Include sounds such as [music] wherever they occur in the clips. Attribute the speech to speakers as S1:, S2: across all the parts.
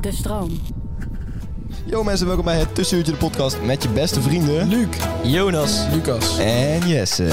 S1: De stroom.
S2: Yo mensen, welkom bij het Tussenuurtje de podcast met je beste vrienden... Luc, Jonas
S3: Lucas.
S2: en Jesse.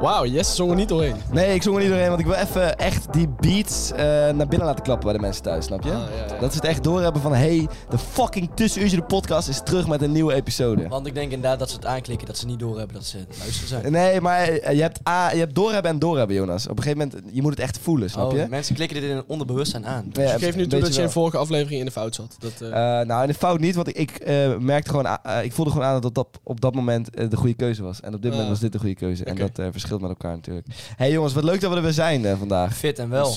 S3: Wauw, Jesse zong er niet doorheen.
S2: Nee, ik zong er niet doorheen, want ik wil even echt die beats eh, naar binnen laten klappen bij de mensen thuis, snap je?
S3: Ah, ja, ja.
S2: Dat ze het echt doorhebben van, hey, de fucking Tussenuurtje de podcast is terug met een nieuwe episode.
S4: Want ik denk inderdaad dat ze het aanklikken, dat ze niet doorhebben dat ze luisteren zijn.
S2: Nee, maar eh, je hebt, A, je hebt doorhebben en doorhebben, Jonas. Op een gegeven moment, je moet het echt voelen, snap
S4: Oh,
S2: je?
S4: mensen klikken dit in hun onderbewustzijn aan.
S2: Ja,
S3: ik geef nu
S2: een
S3: toe dat Dus je
S2: beetje
S3: in vorige aflevering in de fout zat. Dat, eh,
S2: wel. Eh, nou, in de fout niet, want ik, ik eh, merkte gewoon, a- eh, ik voelde gewoon aan dat dat op- op dat moment eh, de goede keuze was. En op dit moment
S3: Ah.
S2: was dit de goede keuze. En
S3: Oké.
S2: dat eh, verschilt met elkaar natuurlijk. hey, jongens, wat leuk dat we er weer zijn eh, vandaag.
S4: Fit en wel.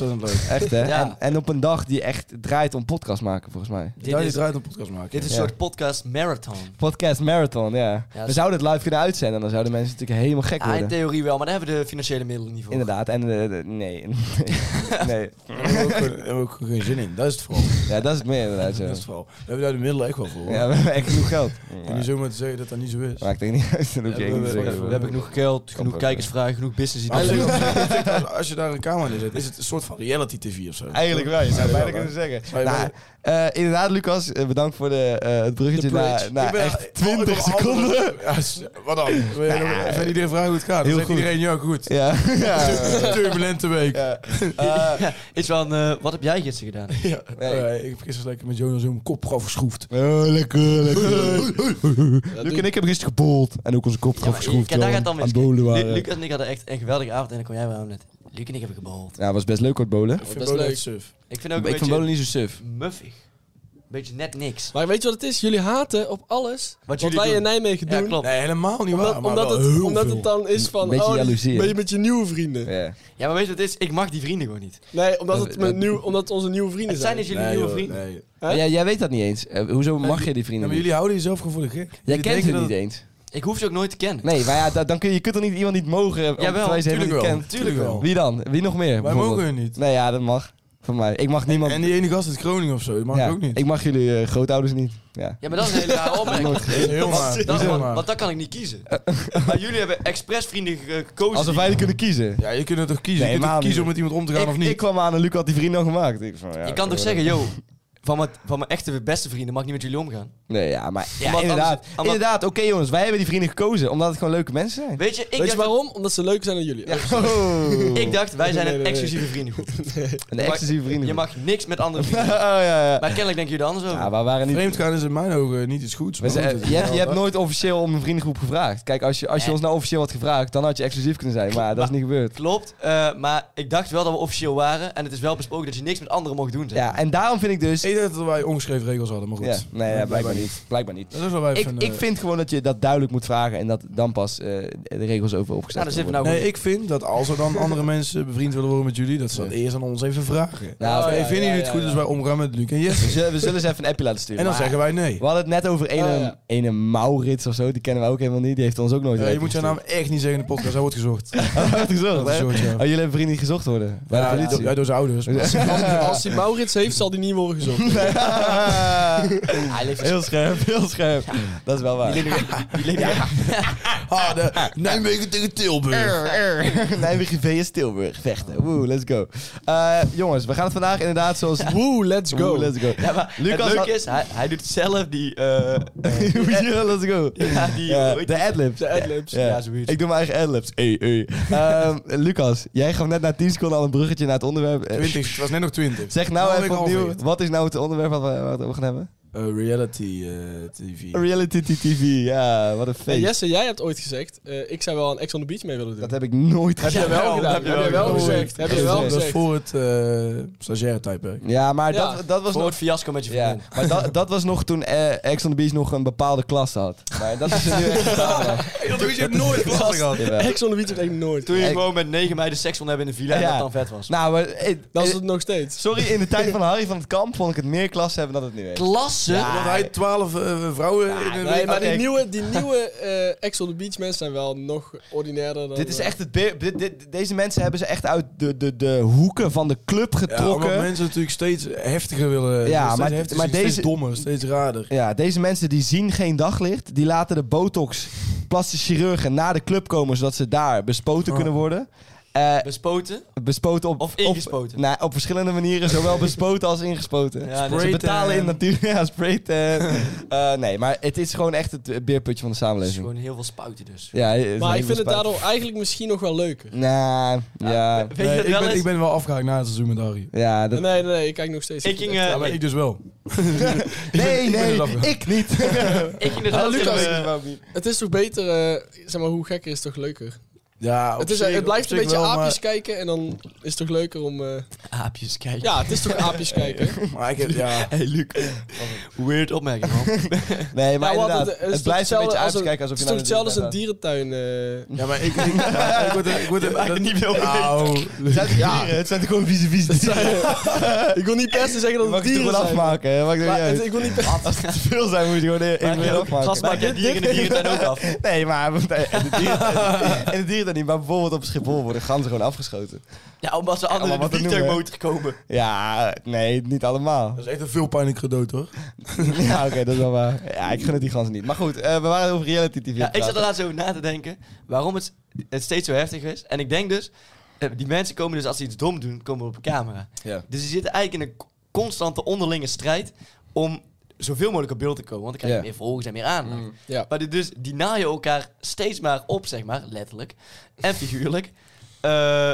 S2: Echt,
S5: [laughs]
S2: hè?
S4: Ja.
S2: En, en op een dag die echt draait om podcast maken, volgens mij.
S4: Dit is,
S3: eruit een podcast maken.
S4: dit is een
S2: Ja.
S4: soort podcast marathon.
S2: Podcast Marathon, ja.
S4: dat
S2: we
S4: is-
S2: zouden het live kunnen uitzenden, dan zouden mensen natuurlijk helemaal gek
S4: Ja, in
S2: worden.
S4: theorie wel, maar daar hebben we de financiële middelen niet voor.
S2: Inderdaad, en eh, eh,
S5: [laughs]
S2: nee. [laughs] nee.
S5: Daar hebben we ook gewoon- daar hebben we ook gewoon geen zin in. Dat is het vooral.
S2: Ja, dat is het meer inderdaad zo.
S5: Dat is het vooral. We hebben daar de middelen echt wel voor. hoor.
S2: Ja, we hebben echt genoeg geld.
S5: En
S2: Maar,
S5: niet zomaar te zeggen dat dat niet zo is.
S2: maakt het niet uit, dan hoef je
S5: Ja,
S2: echt niet te
S5: we-
S2: zeggen.
S4: We hebben genoeg geld, genoeg
S2: ook,
S4: kijkersvragen, genoeg business
S5: Maar als je-
S4: ideeën.
S5: als je daar- als je daar een camera in zet, is het een soort van reality tv of zo.
S2: Eigenlijk wel, je zou
S5: Ja,
S2: bijna
S5: wel,
S2: kunnen zeggen.
S5: Zou je
S2: Nou, eh, inderdaad, Lucas, eh, bedankt voor de, eh, het bruggetje
S3: De bridge.
S2: naar, naar
S5: Ik ben-
S2: echt 20
S5: Oh, ik wil
S2: seconden.
S5: andere- Ja, s- wat dan? Wil jij nog even aan iedereen vragen hoe het gaat?
S2: Heel
S5: Dan zegt
S2: goed.
S5: iedereen, ja goed.
S2: Ja, [laughs] ja.
S5: [laughs] Turbulente week.
S2: ja.
S4: [laughs] Ja, Iets van, eh, wat heb jij gisteren gedaan?
S5: Ja. Eh, ik heb gisteren lekker met Jonas om mijn kop eraf geschroefd.
S2: Oh, lekker, lekker.
S3: dat
S2: Luc
S3: doe-
S2: en ik hebben gisteren gebold. En ook onze kop
S4: Ja,
S2: eraf
S4: maar,
S2: geschroefd.
S4: kijk, daar gaat
S2: joh.
S4: dan
S2: Aan
S4: mis.
S2: het bowlen
S4: Lu-
S2: waren.
S4: Lucas en ik hadden echt een geweldige avond en dan kon jij wel net. Luc en ik hebben gebehold.
S2: Ja, was best leuk hoor, bolen.
S5: Ik
S3: Oh,
S5: vind
S3: dat is
S5: Bolen
S3: leuk.
S5: echt suf.
S4: Ik vind ook
S2: ik
S4: een
S2: vind bolen
S4: beetje
S2: niet zo suf.
S4: muffig. Beetje net niks.
S3: Maar weet je wat het is? Jullie haten op alles wat,
S4: jullie
S3: wij
S4: doen.
S3: in Nijmegen
S4: Ja,
S3: doen.
S4: klopt.
S5: Nee, helemaal niet
S3: Omdat,
S5: waar. maar
S3: omdat,
S5: wel
S3: het,
S5: heel
S3: omdat
S5: veel.
S3: het dan is van...
S2: Beetje
S3: oh,
S2: jaloezie, hè?
S3: Ben je met je nieuwe vrienden?
S2: Ja.
S4: Ja, maar weet je wat het is? Ik mag die vrienden gewoon niet.
S3: Nee, omdat het, met
S2: dat-
S3: nieuw, omdat het onze nieuwe vrienden
S4: Het
S3: zijn.
S4: zijn dus jullie
S5: Nee,
S4: nieuwe
S5: joh,
S4: vrienden.
S5: nee.
S2: Maar jij, jij weet dat niet eens. Eh, hoezo mag je die
S5: Ja,
S2: vrienden
S5: maar
S2: niet?
S5: jullie houden jezelf gewoon voor de gek.
S2: Jij
S5: Jullie
S2: kent
S5: denken
S2: ze
S5: dat
S2: niet
S5: het-
S2: eens.
S4: Ik hoef ze ook nooit te kennen.
S2: Nee, maar ja, da- dan kun je, je kunt toch niet iemand niet mogen eh,
S4: Jawel,
S2: terwijl je ze helemaal
S5: tuurlijk
S2: niet
S5: wel.
S2: kent.
S5: Tuurlijk wel.
S2: Wie dan? Wie nog meer?
S5: Wij
S2: bijvoorbeeld?
S5: mogen hun niet.
S2: Nee, ja, dat mag. Van mij. Ik mag niemand...
S5: En die ene gast uit Groningen of zo, dat mag
S2: Ja,
S5: ik ook niet.
S2: Ik mag jullie eh, grootouders niet. Ja.
S4: Ja, maar dat is een hele rare opmerking.
S2: Nooit. [laughs]
S5: Heel maar.
S4: Dat,
S5: Heel
S4: want,
S5: maar.
S4: want dat kan ik niet kiezen. maar jullie hebben expres vrienden ge- gekozen.
S2: Alsof wij er kunnen kiezen.
S5: Ja, je kunt er toch kiezen?
S2: Nee,
S5: je kunt
S2: maar niet.
S5: toch kiezen om met iemand om te gaan
S2: Ik,
S5: of niet?
S2: ik kwam aan en Luc had die vrienden al gemaakt. Ik van, ja,
S4: je kan toch
S2: eh,
S4: zeggen, yo, van mijn, van mijn echte beste vrienden mag ik niet met jullie omgaan.
S2: Nee, ja, maar
S4: Ja, omdat-
S2: maar inderdaad.
S4: omdat-
S2: inderdaad, oké jongens, wij hebben die vrienden gekozen omdat het gewoon leuke mensen zijn.
S4: Weet je, ik,
S3: Weet je
S4: dacht,
S3: waarom? Omdat ze leuker zijn dan jullie.
S2: [laughs]
S3: Oh,
S2: Oh.
S4: ik dacht, wij zijn
S3: Nee,
S4: een
S3: nee, nee.
S4: exclusieve vriendengroep.
S2: Een exclusieve vrienden.
S4: Je mag niks met andere
S2: [laughs]
S4: vrienden.
S2: oh ja, ja.
S4: Maar kennelijk denken jullie er anders over.
S2: Ja, we waren niet...
S5: Vreemd gaan is in mijn ogen niet iets goeds.
S2: we
S5: maar
S2: zijn-
S5: goed,
S2: je,
S5: het is
S2: hebt, je
S5: wel-
S2: hebt nooit officieel om een vriendengroep gevraagd. Kijk, als je, als je
S4: Nee.
S2: ons nou officieel had gevraagd, dan had je exclusief kunnen zijn. Maar dat is niet gebeurd.
S4: Klopt, eh, maar ik dacht wel dat we officieel waren. En het is wel besproken dat je niks met anderen mocht doen. zeg. Nou,
S2: Ja, en daarom vind ik dus...
S5: Ik dacht dat wij ongeschreven regels hadden, maar goed.
S2: Ja, nee, ja, blijkbaar niet. Blijkbaar niet.
S5: Dat is wel wij
S2: Ik,
S5: vinden.
S2: ik vind gewoon dat je dat duidelijk moet vragen en dat dan pas eh, de regels over
S4: Nou, daar zitten
S2: opgesteld
S4: we
S2: worden.
S4: nou
S5: Nee,
S4: goed.
S5: ik vind dat als er dan
S2: [laughs]
S5: andere mensen bevriend willen worden met jullie, dat ze dat eerst aan ons even vragen.
S2: Nou,
S5: hey,
S2: ja,
S5: vinden
S3: ja,
S5: jullie het
S3: ja,
S5: goed
S3: ja.
S5: als wij omgaan met Luc en
S2: [laughs]
S5: Jesse?
S2: We zullen, we zullen eens even een appje laten sturen.
S5: En dan
S2: Maar-
S5: zeggen wij nee.
S2: We hadden het net over ene,
S3: Oh, ja.
S2: ene Maurits of zo. Die kennen wij ook helemaal niet. Die heeft ons ook nooit
S5: Ja, je
S2: een
S5: moet
S2: [laughs] appje
S5: jouw naam echt niet zeggen in de podcast, hij wordt
S2: [laughs]
S5: gezocht.
S2: gestuurd.
S5: Dat is
S2: gezocht, hè?
S5: gezocht, ja.
S2: Oh, jullie hebben vrienden die gezocht worden. Bij
S5: Ja,
S2: [laughs] de politie.
S5: ja, door zijn ouders. maar- [laughs]
S3: [laughs] Als hij Maurits heeft, zal die niet worden gezocht.
S4: [laughs] hij leeft
S2: heel scherp, heel scherp. Dat is wel waar. Ah,
S4: Die leeft- die leeft- ja.
S2: [laughs]
S5: Harde Nijmegen tegen Tilburg.
S2: Nijmegen VS Tilburg vechten. Woe, let's go. Eh, jongens, we gaan het vandaag inderdaad zoals...
S3: Woe, let's go.
S2: Woe, let's go.
S4: Ja, maar
S2: Lucas
S4: het
S2: had-
S4: leuke is, hij, hij doet zelf die... eh,
S2: [laughs] ja, let's go.
S4: ja, die
S2: Ja,
S4: hoe heet
S2: de adlibs.
S3: De adlibs.
S2: Ja.
S4: Ja, zoiets.
S2: Ik doe mijn eigen adlibs. Ey, ey. Ehm, Lucas, jij gaf net na 10 seconden al een bruggetje naar het onderwerp. Eh,
S5: 20, het was net nog 20.
S2: Zeg nou
S5: Oh, ik
S2: even
S5: half
S2: opnieuw,
S5: weet.
S2: wat is nou het onderwerp wat we, wat we gaan hebben?
S5: Eh, reality eh, TV.
S2: Reality TV, ja, wat een
S3: Hey,
S2: feest.
S3: Jesse, jij hebt ooit gezegd, eh, ik zou wel aan Ex on the Beach mee willen doen.
S2: Dat heb ik nooit
S3: Heb jij
S2: gezegd.
S3: wel gedaan?
S4: heb je
S3: Oh, Heb je wel
S4: wel
S3: gezegd? Heb je
S2: Dat
S3: wel
S2: is-
S5: dat is
S3: gezegd?
S5: voor het eh stagiaire tijdperk.
S2: Ja, maar
S3: Ja.
S2: Dat, dat was
S4: Voor
S2: nog...
S4: het fiasco met je
S2: Ja,
S4: vriendin.
S2: maar dat, dat was nog toen eh, Ex on the Beach nog een bepaalde klas had. Maar dat is er nu echt gedaan.
S5: Dat je hebt
S4: [laughs]
S5: nooit klassen
S3: [laughs]
S5: gehad.
S2: Jawel.
S3: Ex on the Beach heb ik nooit.
S4: Toen je
S2: Ik-
S4: gewoon met negen meiden seks kon hebben in de villa en
S2: Ja.
S4: dat dan vet was.
S2: Nou, maar, eh,
S3: Dat is
S2: eh,
S3: het nog steeds.
S2: sorry, in de tijd van Harry van het Kamp vond ik het meer klas hebben dan het nu is.
S4: Klasse?
S5: Omdat hij 12 eh, vrouwen in een
S3: Nee, maar die
S2: Oké.
S3: nieuwe, die nieuwe eh Ex on the Beach mensen zijn wel nog ordinairder dan...
S2: Dit is
S3: eh,
S2: echt het be- dit, dit- deze mensen hebben ze echt uit de, de, de hoeken van de club
S5: Ja, omdat
S2: getrokken. Ja,
S5: mensen natuurlijk steeds heftiger willen.
S2: Ja,
S5: steeds
S2: maar-
S5: heftiger,
S2: maar
S5: steeds
S2: deze-
S5: dommer, steeds raarder.
S2: deze mensen die zien geen daglicht, die laten de botox plastic chirurgen naar de club komen zodat ze daar bespoten
S5: Oh.
S2: kunnen worden. Eh,
S4: Bespoten?
S2: bespoten op,
S4: Of
S2: Op,
S4: ingespoten?
S2: nou, op verschillende
S4: [laughs]
S2: manieren, zowel bespoten als ingespoten.
S4: Ja,
S2: Ze
S5: Spray
S2: betalen in
S5: tan.
S2: natuur. [laughs] Ja, spray tan.
S4: [laughs]
S2: Eh, nee, maar het is gewoon echt het eh, beerputje van de
S4: Dat is
S2: samenleving.
S4: gewoon heel veel spuiten dus.
S2: Ja, het is
S3: Maar ik
S2: helemaal
S3: vind het
S2: spuit.
S3: daardoor eigenlijk misschien nog wel leuker.
S2: Nou, ja.
S4: Weet
S5: Nee,
S4: je
S5: ik,
S4: dat wel
S5: ben,
S4: eens?
S5: ik ben wel afgehaakt na het seizoen met Harry.
S2: Ja, dat...
S3: Nee, nee, nee, ik kijk nog steeds.
S4: Ik ging,
S5: Ja, maar
S4: eh
S5: ik dus wel.
S2: Nee,
S5: ik ben
S2: nee,
S5: er laf van.
S2: ik niet.
S4: ik ging dus wel eens in,
S3: Lucas,
S4: eh,
S3: Het is toch beter, eh, zeg maar, hoe gekker is het toch leuker?
S5: Ja, op
S3: Het, is,
S5: zich-
S3: het blijft
S5: op
S3: een
S5: zich
S3: beetje
S5: wel,
S3: aapjes kijken en dan is het toch leuker om... eh,
S4: Aapjes, kijk.
S3: ja, het is toch
S2: [laughs]
S3: aapjes kijken.
S5: Maar, maar ik heb,
S4: [laughs]
S5: ja,
S4: Hey, Luc. Weird opmerking, man.
S2: Nee, maar
S3: Ja, want
S2: inderdaad,
S3: het-
S2: het,
S3: het is toch
S2: blijft een
S3: hetzelfde
S2: beetje
S3: als
S2: uit te
S3: een-
S2: kijken alsof
S3: Het
S2: je
S3: is
S2: naar de
S3: toch hetzelfde als een
S2: dierentuin
S3: dierentuin... eh,
S5: ja, maar ik... ik,
S3: [laughs]
S5: ja, ik word er- ik word er-
S4: maakt het niet veel
S5: Nou,
S2: gaat. Het zijn dieren, het zijn toch gewoon vieze vieze dieren.
S3: [laughs] ik wil niet per se zeggen
S2: Je
S3: dat
S2: mag
S3: het
S2: het er
S3: dieren
S2: gewoon
S3: zijn.
S2: afmaken, hè, maakt het niet
S3: Maar het-
S2: uit.
S3: ik wil niet per
S2: Als het [laughs] te veel zijn, moet je gewoon één
S4: Maak je
S2: keer
S4: ook- gast,
S2: afmaken.
S4: maak jij dieren in de dierentuin ook af?
S2: [laughs] Nee, maar in de
S4: [laughs]
S2: dieren- in de dieren dan niet. Maar bijvoorbeeld op Schiphol worden ganzen gewoon afgeschoten.
S4: Ja, omdat ze
S2: Ja,
S4: anderen
S2: maar
S4: in de
S2: wat dan doen we?
S4: vliegtuigmotor komen.
S2: Ja, nee, niet
S4: [laughs]
S2: allemaal.
S5: dat is echt een veel pijnlijker dood, hoor.
S2: Ja, oké, dat is wel waar. Ja, ik gun het die ganzen niet. Maar goed, eh, we waren over reality TV.
S4: Ja, ik zat er
S2: aan.
S4: laatst over na te denken waarom het, het steeds zo heftig is. En ik denk dus, eh, die mensen komen dus als ze iets dom doen, komen op camera.
S2: Ja.
S4: Dus die zitten eigenlijk in een co- constante onderlinge strijd om zoveel mogelijk op beeld te komen. Want dan krijg je
S2: Ja.
S4: meer volgers en meer aandacht.
S3: ja. [laughs]
S4: Maar die, dus, die naaien elkaar steeds maar op, zeg maar, letterlijk en figuurlijk, [laughs] eh,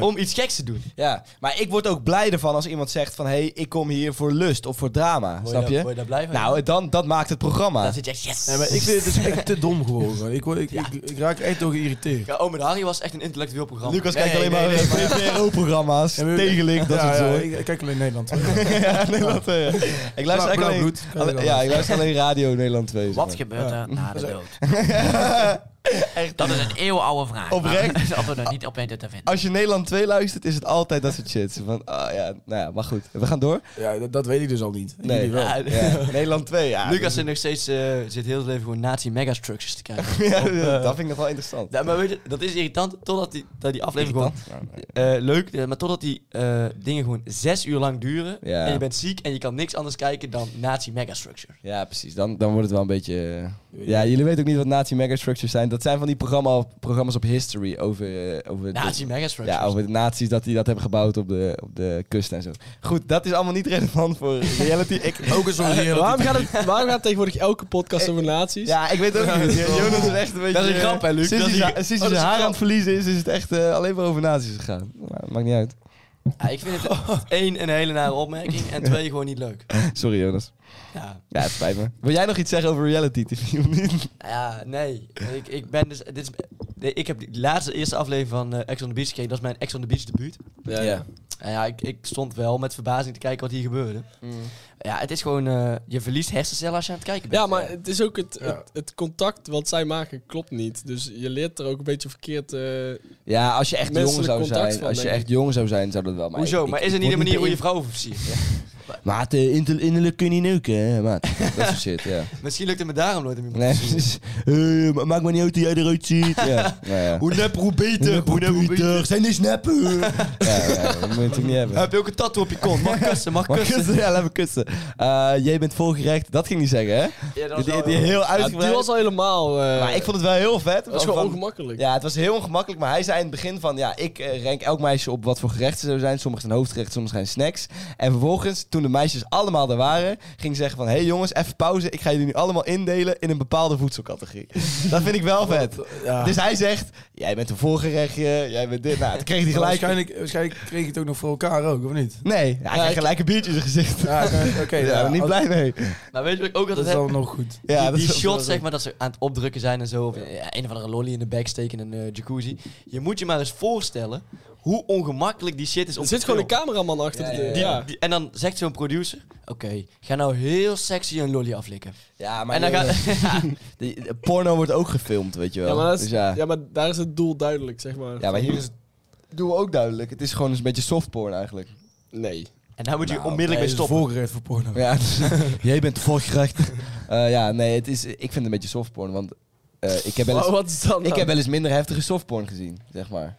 S4: om iets geks te doen.
S2: Ja, maar ik word ook blij ervan als iemand zegt van... hé, hey, ik kom hier voor lust of voor drama, snap je?
S4: Word je daar blij van?
S2: Nou, dan, dat maakt het programma.
S4: dan zit je echt, yes!
S5: Nee, maar ik vind het dus echt te dom gewoon. man. Ik, word, ik, ik, ik raak echt door geïrriteerd.
S4: ja, oh, met Harry was echt een intellectueel programma.
S2: Lucas
S4: Nee,
S2: kijkt alleen
S4: nee,
S2: maar
S4: nee,
S2: [laughs] PRO-programma's,
S5: Ja, maar-
S2: tegenlicht, dat
S5: ja,
S2: soort
S5: ja,
S2: zo.
S5: ik, ik kijk alleen Nederland. [laughs]
S2: Ja, Nederland 2. ja. Ik luister eigenlijk
S5: Blauw
S2: alleen...
S5: bloed.
S2: alle- ja, ik luister alleen radio Nederland 2. zeg
S6: Wat
S2: maar.
S6: gebeurt er na de
S2: [laughs]
S6: dood?
S2: Echt.
S6: Dat is een eeuwenoude vraag. [laughs]
S2: Oprecht?
S6: Of we er niet op weten te vinden.
S2: Als je Nederland 2 luistert, is het altijd dat soort shit. Zo Van, ah ja, nou ja, maar goed. We gaan door.
S5: Ja, dat, dat weet ik dus al niet.
S2: Nee.
S5: Jullie wel. [laughs]
S4: Ja,
S2: Ja, Nederland 2, ja.
S4: Lucas zit nog steeds, eh, zit heel het leven gewoon nazi-megastructures te kijken.
S2: [laughs] Ja,
S4: eh.
S2: dat vind ik nog wel interessant.
S4: Ja, maar weet je, dat is irritant totdat die, dat die aflevering
S2: Irritant.
S4: gewoon eh, leuk, eh, maar totdat die eh, dingen gewoon zes uur lang duren
S2: Ja.
S4: en je bent ziek en je kan niks anders kijken dan Nazi Megastructure.
S2: Ja, precies. Dan, dan wordt het wel een beetje... eh, Ja, jullie weten ook niet wat Nazi Megastructures zijn. Dat zijn van die programma, programma's op history over... eh, over de-
S4: Nazi Megastructure.
S2: [laughs] Ja, over de nazi's dat die dat hebben gebouwd op de, op de kust en zo. Goed, dat is allemaal niet relevant
S4: [laughs]
S2: voor reality. Ik,
S5: Ook een soort reality.
S3: Waarom gaat, het, waarom gaat tegenwoordig elke podcast over nazi's?
S2: [laughs] [laughs] ja, ik weet ook niet. Jonas Oh. is echt een beetje... eh,
S4: Dat is een grap, hè, Luc?
S2: Sinds
S4: Dat
S2: hij
S4: is een-
S2: zijn- sinds
S4: Oh,
S2: hij
S4: dat is
S2: zijn
S4: een
S2: haar aan
S4: grap.
S2: het verliezen is, is het echt eh, alleen maar over nazi's gegaan. Maar, maakt niet uit. [laughs]
S4: Ja, ik vind
S2: Oh.
S4: het één, een hele nare opmerking en twee, gewoon niet leuk.
S2: Sorry, Jonas.
S4: Ja,
S2: Ja, het spijt me. Wil jij nog iets zeggen over reality TV? of niet?
S4: Nou ja nee. Ik, ik ben dus, dit is, nee, ik heb die laatste eerste aflevering van eh, Ex on the Beach gekeken, dat is mijn Ex on the Beach debuut.
S3: Ja,
S4: En ja, ik, ik stond wel met verbazing te kijken wat hier gebeurde. Ja, het is gewoon... eh, je verliest hersencellen als je aan het kijken bent. Eh,
S3: Ja, maar het is ook het,
S5: Ja.
S3: het, het contact wat zij maken klopt niet. Dus je leert er ook een beetje verkeerd. eh,
S2: Ja, als je echt
S3: Menselijk
S2: jong zou
S3: contact
S2: zijn,
S3: van,
S2: als je
S3: denk ik.
S2: echt jong zou zijn, zou dat wel. Maar
S4: Hoezo?
S2: ik-
S4: maar
S2: ik-
S4: is er
S2: ik
S4: niet de
S2: word
S4: manier hoe je
S2: beïnvloed.
S4: vrouw versiert?
S2: Maat, eh, inter- innerlijk kun je niet neuken, hè, maat.
S4: [laughs]
S2: Dat soort shit, ja.
S4: [laughs] Misschien lukt het me daarom nooit om iemand
S2: Nee, [laughs]
S4: te versieren.
S2: precies. Eh, ma- maakt me niet uit hoe jij eruit ziet. Ja. Nou
S4: [laughs]
S2: ja.
S4: Hoe nep, hoe beter. Hoe nep, hoe beter.
S2: Zijn die
S4: [laughs]
S2: snappen? Ja, ja, dat moet je natuurlijk niet hebben.
S4: Heb je ook een tattoo op je kont? [laughs] Mag kussen, mag
S2: Maar
S4: kussen.
S2: kussen, ja, laat me kussen. Eh, jij bent volgerecht, dat ging niet zeggen, hè?
S4: Ja, dat
S2: Die,
S4: was
S2: die,
S4: wel-
S2: die heel
S3: ja, die
S2: uitgebreid.
S3: was al helemaal. eh,
S2: Maar ik vond het wel heel vet.
S3: dat is gewoon
S2: Van-
S3: ongemakkelijk.
S2: Ja, het was heel ongemakkelijk, maar hij zei in het begin van... Ja, ik eh, rank elk meisje op wat voor gerechten ze zou zijn. Sommige zijn hoofdgerechten, sommige zijn snacks. En vervolgens, toen de meisjes allemaal er waren... ging ze zeggen van, hé hey jongens, even pauze. Ik ga jullie nu allemaal indelen in een bepaalde
S3: [laughs]
S2: voedselcategorie. dat vind ik wel vet.
S5: Ja.
S2: Dus hij zegt, jij bent een voorgerechtje, jij bent dit. Nou, toen kreeg hij
S5: Maar
S2: gelijk...
S5: Waarschijnlijk, waarschijnlijk kreeg je het ook nog voor elkaar ook, of niet?
S2: Nee, hij kreeg gelijk een biertje in zijn gezicht. [laughs] Ja,
S5: Ja, oké. nou
S2: daar
S5: ja,
S2: ben ik niet
S5: als-
S2: blij mee.
S4: Maar weet je wat ik ook
S5: Dat
S4: altijd
S5: is
S4: heb?
S5: dan nog goed.
S2: Ja,
S4: die
S2: dat
S4: die
S2: is-
S4: shots, zeg maar, dat ze aan het opdrukken zijn en zo. Of ja, een of andere lolly in de bek steken in een eh, jacuzzi. Je moet je maar eens voorstellen hoe ongemakkelijk die shit is. Om
S3: er
S4: te
S3: zit gewoon een
S4: filmen.
S3: cameraman achter de deur.
S4: Die-
S3: ja.
S4: die- en dan zegt zo'n producer: Oké, ga nou heel sexy een lolly aflikken.
S2: Ja, maar
S4: en dan
S2: joh,
S4: gaat.
S2: [laughs]
S4: [laughs]
S2: die- de porno wordt ook gefilmd, weet je wel.
S3: Ja, maar dat is-
S2: Dus ja.
S3: ja, maar daar is het doel duidelijk, zeg maar.
S2: Ja, maar hier is het doel ook duidelijk. Het is gewoon dus een beetje softporn eigenlijk.
S3: Nee.
S4: en daar moet je
S2: Nou,
S4: onmiddellijk
S5: Hij
S4: mee
S5: is
S4: stoppen.
S5: voorgerecht voor porno.
S2: Ja, [laughs] dus- jij bent volgerecht. [laughs] Eh ja, nee, het is, ik vind het een beetje softporn, want eh, ik, heb wel
S3: Maar
S2: eens,
S3: wat is dan?
S2: ik heb wel eens minder heftige softporn gezien, zeg
S3: [laughs]
S2: maar.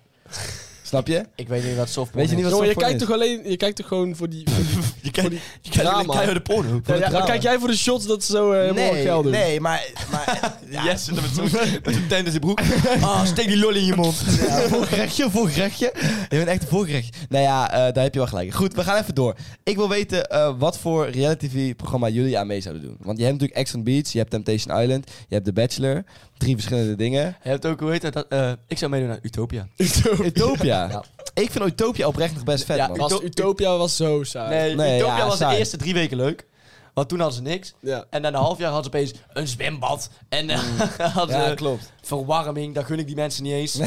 S2: Snap je?
S4: Ik weet niet wat softporn
S2: Weet je niet
S4: is.
S2: wat
S3: Jongen, je
S2: softporn
S3: kijkt
S2: is?
S3: toch alleen, je kijkt toch gewoon voor die, voor die,
S4: Je
S3: voor
S4: kijkt
S3: die
S4: je kijkt alleen
S3: drama.
S4: keiharde porno.
S3: [laughs] Ja, ja,
S2: drama.
S3: kijk jij voor de shots dat ze zo eh, helemaal
S2: nee,
S3: geld doen.
S2: nee, maar,
S3: [laughs]
S2: maar
S4: Yes, en dan met zo'n-
S2: [laughs]
S4: met zo'n tent in zijn broek. [laughs] Ah, steek [laughs] die lolly in je mond.
S2: ja, voorgerechtje, voorgerechtje. Je bent echt een voorgerechtje. Nou ja, eh, daar heb je wel gelijk. in. Goed, we gaan even door. Ik wil weten eh, wat voor reality TV-programma jullie aan mee zouden doen. Want je hebt natuurlijk Ex on the Beach, je hebt Temptation Island, je hebt The Bachelor. Drie verschillende dingen.
S4: Je hebt ook, hoe heet dat? dat eh, ik zou meedoen aan Utopia.
S2: Utopia. Ik vind Utopia oprecht nog best vet,
S4: Ja,
S2: man.
S3: Was,
S4: Uto-
S3: Dus Utopia was zo saai.
S4: Nee,
S2: Nee,
S4: Utopia
S2: ja,
S4: was
S2: saai.
S4: de eerste drie weken leuk. Want toen hadden ze niks.
S3: Ja.
S4: En na een half jaar hadden ze opeens een zwembad. En eh, [laughs] hadden ze [laughs]
S2: Mm. klopt.
S4: verwarming. Daar gun ik die mensen niet eens.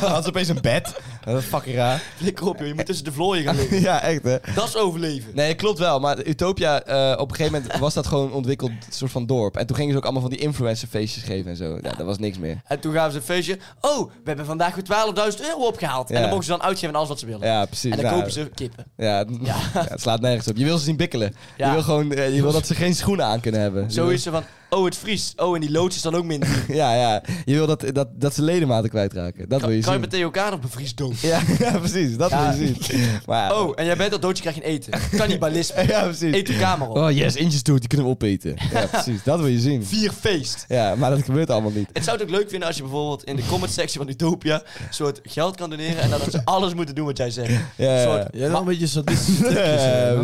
S2: Had ze opeens een bed. Dat is fucking raar. [laughs]
S4: Flikker op, joh. Je moet tussen de vlooien gaan liggen.
S2: ja, echt hè.
S4: Dat is overleven.
S2: Nee, klopt wel. Maar Utopia, eh, op een gegeven moment was dat gewoon ontwikkeld soort van dorp. En toen gingen ze ook allemaal van die influencer feestjes geven en zo. Ja, dat was niks meer.
S4: En toen gaven ze een feestje. Oh, we hebben vandaag goed 12.000 euro opgehaald.
S2: Ja.
S4: En dan mogen ze dan uitgeven aan alles wat ze willen.
S2: Ja, precies.
S4: En dan
S2: Nou,
S4: kopen ze kippen.
S2: Ja, [laughs] ja. het slaat nergens op. Je wil ze zien bikkelen.
S4: Ja.
S2: Je wil gewoon, eh, je wil dat ze geen schoenen aan kunnen hebben.
S4: Zo is ze van, oh het vriest. Oh, en die loods is dan ook
S2: [laughs]
S4: minder.
S2: Ja, ja. Je wil dat, dat, dat ze ledematen kwijtraken. Dat wil
S4: Kan,
S2: je
S4: kan je
S2: zien.
S4: met Theo Kaan op een vries dood?
S2: Ja, [laughs] ja, [laughs] precies. Dat
S4: Ja.
S2: wil
S4: [laughs]
S2: je zien. Maar, ja.
S4: Oh, en jij bent dat doodje, krijg je een eten. Cannibalisme.
S2: [laughs] Ja, precies.
S4: Eet de kamer op.
S2: Oh yes, Inches doet, die kunnen we
S4: [laughs]
S2: opeten. Ja, precies. Dat wil je zien.
S4: Vier feest.
S2: Ja, maar dat gebeurt allemaal niet.
S4: Het zou het ook leuk vinden als je bijvoorbeeld in de comment sectie van Utopia een soort geld kan doneren en dat ze alles moeten doen wat jij zegt.
S2: Ja,
S4: Een
S2: ja.
S4: soort,
S5: Jij dan een beetje
S2: [laughs]
S5: sadistisch.
S2: Eh,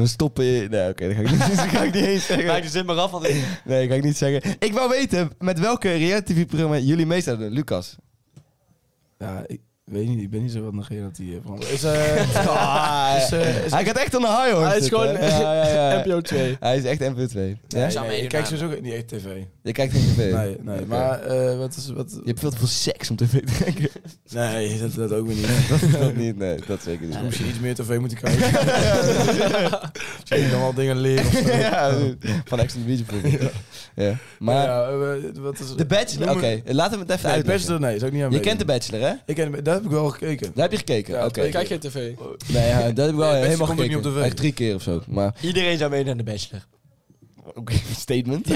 S2: we stoppen in... Nee, oké, dat, ga ik niet- [laughs] dat ga ik niet eens
S4: maak
S2: zeggen.
S4: de zin maar
S2: [laughs]
S4: af, want ik-
S2: Nee, dat ga ik niet zeggen. Ik wou weten met welke reality-programma jullie mee zouden doen. Lucas.
S5: Ja, ik weet niet. Ik ben niet zo wat negeren dat die... eh,
S2: Is, [laughs] Ah, eh, hij gaat echt aan de high horse
S3: Hij is
S2: zitten,
S3: gewoon
S2: hè? Ja, ja, ja, ja.
S3: NPO 2.
S2: Hij is echt MP2. Ja?
S6: zou meedoen
S5: Ik kijk
S6: aan-
S5: sowieso niet echt tv.
S2: Je kijkt geen tv.
S5: Nee, nee.
S2: Oké.
S5: Maar eh, wat is... Wat...
S2: Je hebt veel te veel seks om tv te kijken.
S5: Nee, dat, dat ook weer niet.
S2: [laughs] dat is dat niet. Nee, dat zeker niet.
S5: Misschien iets meer tv moeten kijken. Misschien dan wel dingen leren of zo.
S2: [laughs] ja, van Ex on the Beach bijvoorbeeld. Ja. [laughs] Maar...
S5: Maar ja, eh, wat is
S2: De Bachelor, oké.
S5: Noem het-
S2: Laten we het even
S5: Nee,
S2: uitleggen.
S5: de Bachelor, nee, is ook niet aan
S2: Je
S5: meedoen.
S2: kent de Bachelor, hè?
S5: Ik ken de- Daar heb ik wel gekeken.
S2: Daar heb je gekeken?
S5: Ja,
S2: oké.
S5: twee
S3: Ik kijk geen tv.
S2: Nee, ja, dat heb ik wel
S5: Bachelor
S2: helemaal
S5: komt ook niet
S2: gekeken.
S5: op tv.
S2: Echt drie keer of zo. Maar,
S4: iedereen zou meedoen aan de
S2: [laughs]
S4: bachelor. [laughs]
S2: oké, [laughs] statement.
S4: ja,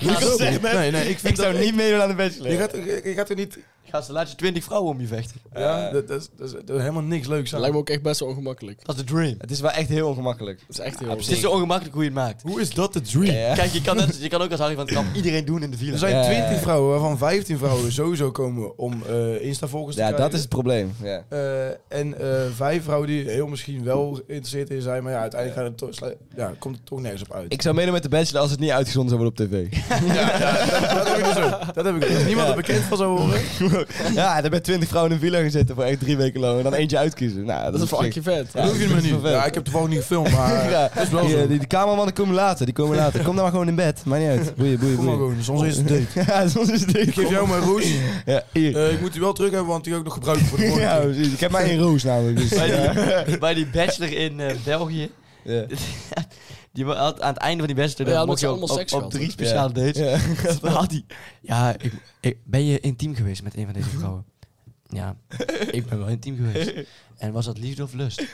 S2: Lucas [laughs]
S4: gasten,
S2: zegt net,
S5: Nee, nee, ik vind dat...
S2: niet meedoen aan de Bachelor.
S5: Je gaat, je gaat er niet...
S4: gasten, laat je twintig vrouwen om je vechten.
S5: Ja, dat, dat, is- dat, is- dat is helemaal niks leuks
S3: Dat
S5: aan.
S3: lijkt me ook echt best wel ongemakkelijk.
S4: Dat is de dream.
S2: Het is wel echt heel ongemakkelijk.
S3: Dat is echt heel
S4: Het is
S3: ongemakkelijk.
S4: zo ongemakkelijk hoe je het maakt.
S5: Hoe is dat de dream?
S2: Ja.
S4: Kijk, je kan, net, je kan ook als Harry van het Kamp iedereen doen in de
S5: Er
S4: villa.
S5: zijn
S2: Ja.
S5: 20 vrouwen, waarvan 15 vrouwen sowieso komen om eh Insta-volgers te
S2: Ja,
S5: krijgen.
S2: dat is het probleem. Ja.
S5: Eh, en eh, [laughs] vijf vrouwen die heel misschien wel geïnteresseerd in zijn, maar ja, uiteindelijk gaat het toch, slu- ja, komt het toch nergens op uit.
S2: Ik zou meedoen met de Bachelor als het niet uitgezonden zou worden op tv.
S5: Dat heb ik dus ook. Dat heb ik dus. Als niemand er bekend van zou horen.
S2: ja, daar ben 20 vrouwen in een villa gaan zitten voor echt drie weken lang. En dan eentje uitkiezen. Nou,
S3: Dat is
S2: op zich-
S3: fucking vet.
S5: Dat hoef je me niet. Ja, ik heb toevallig niet gefilmd, [laughs] maar
S2: Ja,
S5: dat is wel
S2: die,
S5: zo.
S2: eh, die, die cameramannen komen later, die komen later. Kom dan maar gewoon in bed, maakt niet uit. Boeien, boeien,
S5: Kom maar
S2: boeien.
S5: gewoon, soms is het
S2: [laughs]
S5: date.
S2: Ja, soms is het
S5: Ik geef jou mijn roes.
S2: Ja, hier.
S5: Eh, ik moet die wel terug hebben, want die heb ik nog gebruikt voor de volgende
S2: Ja,
S5: keer.
S2: precies. Ik heb maar één roos namelijk. Dus.
S4: [laughs] Bij
S2: Ja.
S4: die, bij die bachelor in eh, België.
S2: Ja.
S4: Die had, aan het einde van die bachelor
S3: Ja,
S4: dan
S3: omdat
S4: mocht
S3: ze
S4: je op,
S3: allemaal
S4: op-
S3: seks
S4: op
S3: hadden.
S4: drie speciale dates.
S2: Ja.
S4: Dan had hij, ja, ik, ik- ben je intiem geweest met een van deze vrouwen? ja, ik ben wel intiem geweest. En was dat liefde of lust?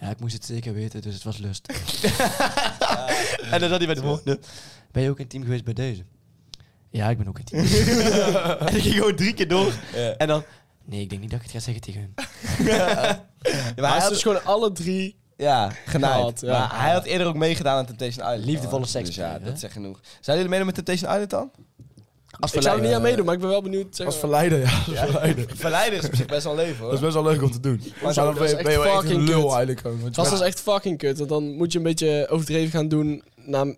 S4: Ja, ik moest het zeker weten, dus het was [laughs] lust. en dan zat hij bij de volgende. Ben je ook intiem geweest bij deze? Ja, ik ben ook intiem. [laughs] en ik ging gewoon drie keer door. En dan, nee, ik denk niet dat ik het ga zeggen tegen hun.
S2: Ja,
S3: Maar
S2: maar
S3: hij
S2: hij
S3: is
S2: had,
S3: dus gewoon alle drie.
S2: ja, genaaid.
S3: Gehad, ja.
S2: Maar hij had eerder ook meegedaan aan Temptation Island.
S4: Liefdevolle seks
S2: Dus ja,
S4: plegen, hè?
S2: dat zegt genoeg. Zijn jullie meedoen met Temptation Island dan?
S3: Als ik zou er niet aan meedoen, maar ik ben wel benieuwd. Zeg,
S5: Als verleider, ja. Als verleider.
S2: [laughs] Verleider is op zich best wel leven
S5: Dat is
S2: hoor.
S5: best wel leuk om te doen. Maar
S3: zo,
S5: dan
S3: dat is
S5: ben je,
S3: echt
S5: ben je wel echt
S3: fucking
S5: een lul
S3: kut.
S5: eigenlijk ook.
S3: Gast,
S5: want je bent-
S3: dat is dus echt fucking kut. Want dan moet je een beetje overdreven gaan doen naar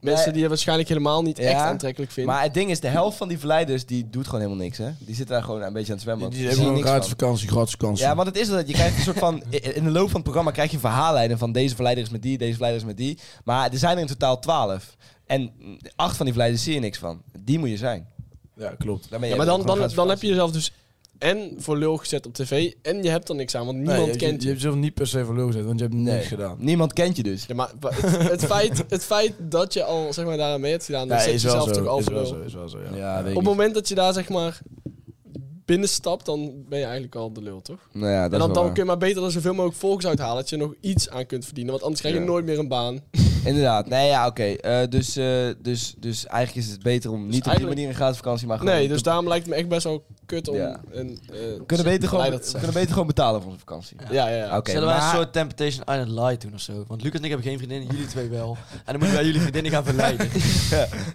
S3: mensen die je waarschijnlijk helemaal niet echt
S2: Ja,
S3: aantrekkelijk vindt.
S2: Maar het ding is, de helft van die verleiders die doet gewoon helemaal niks hè. Die zitten daar gewoon een beetje aan het zwemmen.
S5: Die
S2: want
S5: hebben
S2: ze
S5: gewoon
S2: zien
S5: een
S2: niks
S5: gratis
S2: van.
S5: vakantie, gratis vakantie.
S2: Ja, want het is dat. Je krijgt een soort
S3: [laughs]
S2: van. i- In de loop van het programma krijg je verhaallijnen van deze verleider is met die, deze verleider is met die. Maar er zijn er in totaal twaalf. En mm, acht van die verleiders zie je niks van. Die moet je zijn.
S5: Ja, klopt.
S2: Dan ben je
S3: ja, maar dan,
S2: gewoon
S3: dan, dan,
S2: gratis
S3: heb je jezelf dus en voor lul gezet op tv en je hebt er niks aan, want niemand
S5: je,
S3: kent
S5: je.
S3: je.
S5: hebt zelf niet per se voor lul gezet, want je hebt
S2: vakantie.
S5: niks gedaan.
S2: Niemand kent je dus.
S3: Ja, maar wa- het, het
S2: [laughs]
S3: feit, het feit dat je al zeg maar, daaraan mee hebt gedaan, dat zet jezelf toch al
S5: Is
S3: voor
S5: wel
S3: lul.
S5: zo, is wel zo, ja.
S2: weet
S3: Op het moment dat je daar zeg maar binnenstapt, dan ben je eigenlijk al de lul, toch?
S2: Nou ja, dat is
S3: en dan,
S2: wel
S3: dan
S2: waar.
S3: kun je maar beter er zoveel mogelijk volgers uithalen, dat je nog iets aan kunt verdienen. Want anders krijg je
S2: Ja.
S3: nooit meer een baan.
S2: Inderdaad. [laughs] Nee, ja, oké. Eh, dus, eh, dus, dus eigenlijk is het beter om niet op die
S3: Dus eigenlijk-
S2: manier een gratis vakantie, maar gewoon...
S3: Nee, dus
S2: te-
S3: daarom lijkt het me echt best wel kut om
S2: Ja.
S3: een... eh,
S2: we kunnen beter, gewoon,
S3: leider te
S2: we
S3: zijn.
S2: kunnen beter gewoon betalen voor onze vakantie.
S3: Ja, ja, ja.
S2: Oké,
S4: Zullen wij
S2: maar-
S4: een soort Temptation Island Light doen of zo? Want Lucas en ik hebben geen vriendinnen, jullie twee wel. En dan moeten wij jullie vriendinnen gaan verleiden.
S2: Dat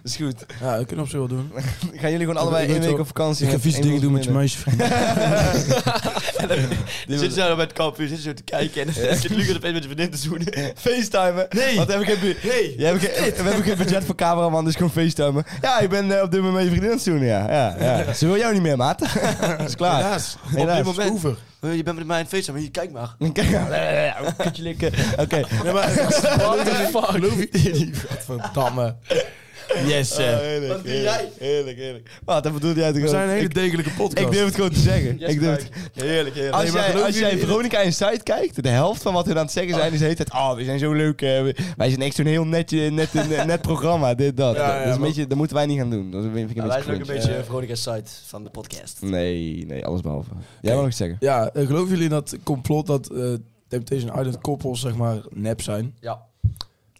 S2: is goed.
S5: Ja, dat kunnen we op zich wel [laughs] doen.
S2: Gaan jullie gewoon allebei
S5: Ik
S2: één
S5: weet
S2: week
S5: wel-
S2: op vakantie?
S5: Ik ga
S2: met
S5: vieze
S2: één
S5: dingen doen met je
S2: vriendin.
S5: meisje.
S4: [laughs] Dan zitten ze daar bij het kampvuur, zitten zo te kijken. En dan zit Lucas opeens met zijn vriendin te zoenen.
S2: FaceTimen. Nee. Want we hebben geen, bu- Ja, we, hebben geen, we hebben geen budget voor cameraman, dus gewoon FaceTimen. Ja, ik ben eh, op dit moment je vriendin aan het zoenen, ja. ja, ja. Ze wil jou niet meer, maat.
S5: [laughs]
S2: Dat is klaar.
S5: Helaas.
S2: Helaas.
S5: Op dit moment. Oever.
S4: Eh, Je bent met mij aan het feesten, maar hier, kijk maar.
S2: Kijk, ja, kutje likken. Oké.
S5: Nee, maar... What the fuck? [laughs] Godverdamme. Yes, eh. hè.
S2: Wat doe jij? Oh, Heerlijk, heerlijk. Wat, dat bedoelde jij toch
S5: We
S2: ook?
S5: zijn een hele
S2: Ik-
S5: degelijke podcast.
S2: Ik durf het gewoon te zeggen.
S3: Yes,
S2: ik durf het.
S4: Heerlijk, heerlijk.
S2: Als,
S5: Nee, maar
S2: jij,
S5: geloof
S2: als
S5: jullie
S2: jij
S5: in-
S2: Veronica en Site kijkt, de helft van wat hun aan het zeggen zijn, is de hele tijd... Oh, we zijn zo leuk. eh, we- wij zijn echt zo'n heel netje, net, eh, net, net programma, dit, dat.
S5: Ja, ja,
S2: dat, is een
S5: maar-
S2: beetje, dat moeten wij niet gaan doen. Dat vind ik een
S4: wij zijn ook
S2: beetje
S4: een
S2: cringe.
S4: beetje uh, site van de podcast.
S2: Nee, nee, alles behalve. Jij mag nog iets zeggen.
S5: Ja, eh, geloven jullie in dat complot dat eh, Temptation Island koppels, zeg maar, nep zijn?
S4: Ja.